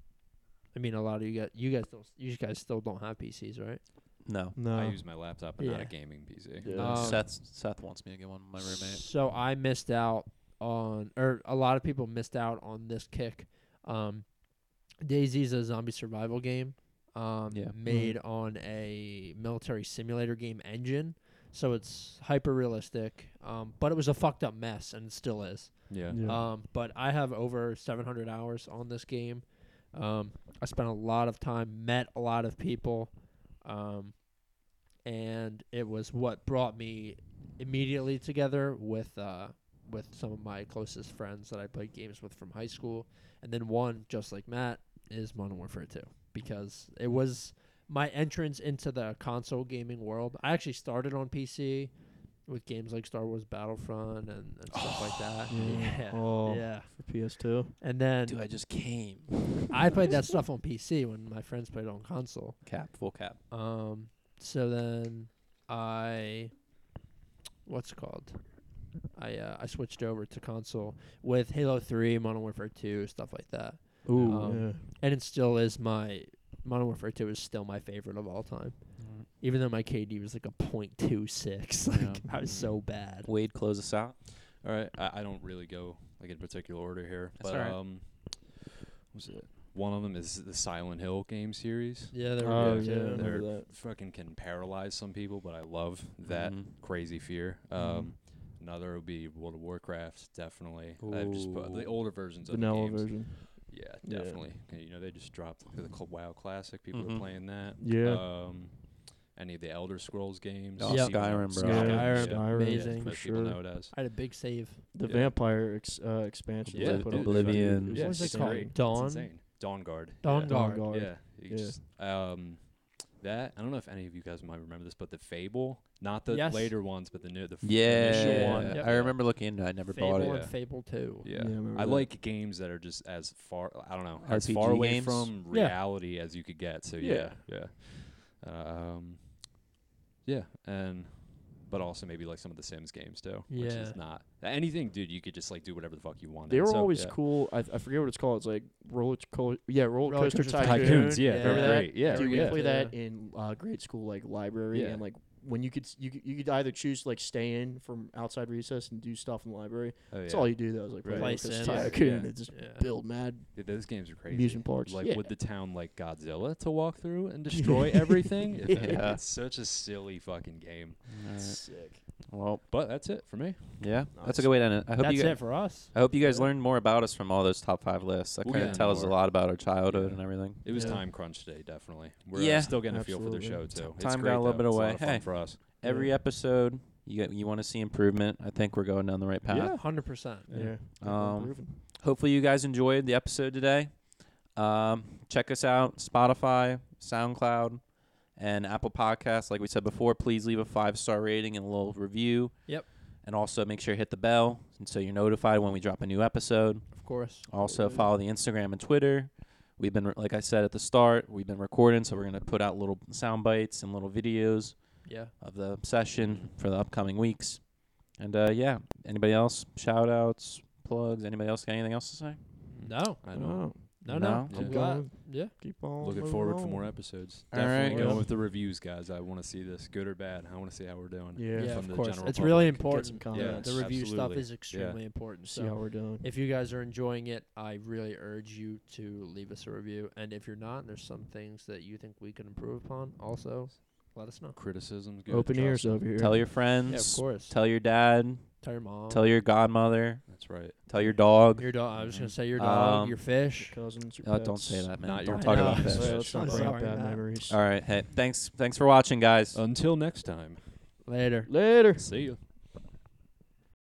I mean, a lot of you guys, you guys don't, you guys still don't have PCs, right?
No, Uh,
No,
I use my laptop and not
Yeah.
a gaming PC.
Uh, Yeah.
Um,
Seth Seth wants me to get one. My roommate.
So I missed out on, or a lot of people missed out on this kick. Um, DayZ's a zombie survival game. Um,
Yeah. Mm-hmm.
made on a military simulator game engine, so it's hyper realistic. Um, but it was a fucked up mess, and it still is.
Yeah.
Um, but I have over 700 hours on this game. Um, I spent a lot of time, met a lot of people, um, and it was what brought me immediately together with uh, with some of my closest friends that I played games with from high school. And then one, just like Matt, is Modern Warfare 2 because it was my entrance into the console gaming world. I actually started on PC with games like Star Wars Battlefront and, and stuff like that.
yeah.
Yeah.
Oh.
Yeah.
for PS2.
And then
Dude, I just came.
I played that stuff on PC when my friends played on console.
Cap, full cap.
Um, so then I, what's it called? I uh, I switched over to console with Halo Three, Modern Warfare Two, stuff like that,
Ooh,
Um,
yeah.
and it still is my Modern Warfare Two is still my favorite of all time. Even though my KD was like a point two six, like
Yeah.
I was so bad.
Wade, close us out.
All right. I, I don't really go like in particular order here,
That's
but
all right.
um, what was it? One of them is the Silent Hill game series.
Yeah, there
Oh
we
yeah, I
go.
They're-
remember that.
Fucking can paralyze some people, but I love that
Mhm.
crazy fear. Um, another would be World of Warcraft, definitely. I've just put the
Ooh.
older versions of the
vanilla
games.
uh,
version.
Yeah,
Yeah.
definitely. 'Kay, You know, they just dropped the Cl- WoW Classic. People
Mhm.
are playing that.
Yeah.
Um, any of the Elder Scrolls games.
Oh,
Yeah.
Skyrim, bro.
Skyrim,
yeah.
Skyrim,
amazing.
Yeah,
for
most people
sure.
know it as.
I had a big save.
The
Yeah.
vampire ex, uh, expansion. that they
Yeah,
put
dude,
out.
Oblivion.
It
What was
was
it
it's
insane.
called?
great. It's
Dawn?
insane. Dawn Guard.
Dawn
Oh
yeah.
Guard.
Guard.
Yeah. you
Yeah.
just- um, that I don't know if any of you guys might remember this, but the Fable, not the
Yes.
later ones, but the new the f- initial
Yeah,
one.
Yep.
I remember looking into. it. I never
Fable
bought it.
Yeah.
and Fable Two.
Yeah.
Yeah, I remember
I
that.
like games that are just as far I don't know, as far
RPG
away
games?
from
Yeah.
reality as you could get. So yeah, yeah. Um Yeah, and but also maybe like some of the Sims games too, which
Yeah.
is not anything, dude. You could just like do whatever the fuck you want.
They were
so,
always
yeah.
cool. I, I forget what it's called. It's like roller co- yeah roller,
Roller
coaster
Coaster
tycoon.
Tycoons, yeah,
Yeah.
remember
they're
that?
great. Yeah,
Dude,
yeah.
we played
Yeah.
that in uh, grade school, like library,
Yeah.
and like when you could s- you could- you could either choose to like stay in from outside recess and do stuff in the library.
Oh,
That's
yeah.
all you do though. Is like play
Right.
Play
Roller Coaster
Sims.
tycoon
Yeah.
and just
Yeah.
build mad
Dude, those games are crazy.
amusement parks.
Like
yeah.
would the town like Godzilla to walk through and destroy everything? If it-
Yeah.
It's such a silly fucking game.
Alright.
sick.
Well,
But that's it for me.
yeah, that's a
Nice.
good way to end it. I hope
That's
you.
it
Guys,
for us.
I hope you guys learned more about us from all those top five lists. That
We'll
kind of
get
tells a
more.
lot about our childhood
Yeah.
and everything.
It was
Yeah.
time crunch today, definitely. We're uh,
Yeah.
still getting a feel for the show
Absolutely.
too. It's
Time got
great,
a little
though.
bit
It's
away.
lot of fun
Hey.
for us.
Every
Yeah.
episode, you got, you want to see improvement. I think we're going down the right path.
hundred percent.
Yeah.
Um,
Improving.
Hopefully, you guys enjoyed the episode today. Um, check us out Spotify, SoundCloud, and Apple Podcasts. Like we said before, please leave a five star rating and a little review.
Yep.
And also make sure you hit the bell and so you're notified when we drop a new episode.
Of course.
Also follow the Instagram and Twitter. We've been, like I said at the start, we've been recording, so we're gonna put out little sound bites and little videos
Yeah.
of the session for the upcoming weeks. And uh, yeah, anybody else? Shout outs, plugs. Anybody else got anything else to say?
No.
I know.
Oh,
No. No.
No.
I'm
Yeah.
glad. Yeah.
keep on.
Looking
moving
forward for
on.
more episodes.
All
Definitely
right.
going
Yeah.
with the reviews, guys. I want to see this, good or bad. I want to see how we're doing.
Yeah.
Yeah.
from
Of
the
course.
general
It's really
public.
Get some
important.
comments.
Yeah.
The review stuff
Absolutely.
is extremely important.
See how
So
we're doing.
if you guys are enjoying it, I really urge you to leave us a review. And if you're not, and there's some things that you think we can improve upon, also let us know.
Criticisms, good.
Open
trust.
ears over here.
Tell your
Yeah, of
friends.
course.
tell your dad.
Tell your mom.
Tell your godmother.
That's right.
Tell your dog.
Your dog. I was gonna say your dog,
Um,
your fish.
cousins. Your
Oh, don't
pets.
say that, man.
Not your
don't talk
dog.
about
No,
Yeah,
that.
so-
Let's not
Sorry
bring up
about
bad
that.
memories.
All right. Hey, thanks. Thanks for watching, guys.
Until next time.
Later.
Later.
See you.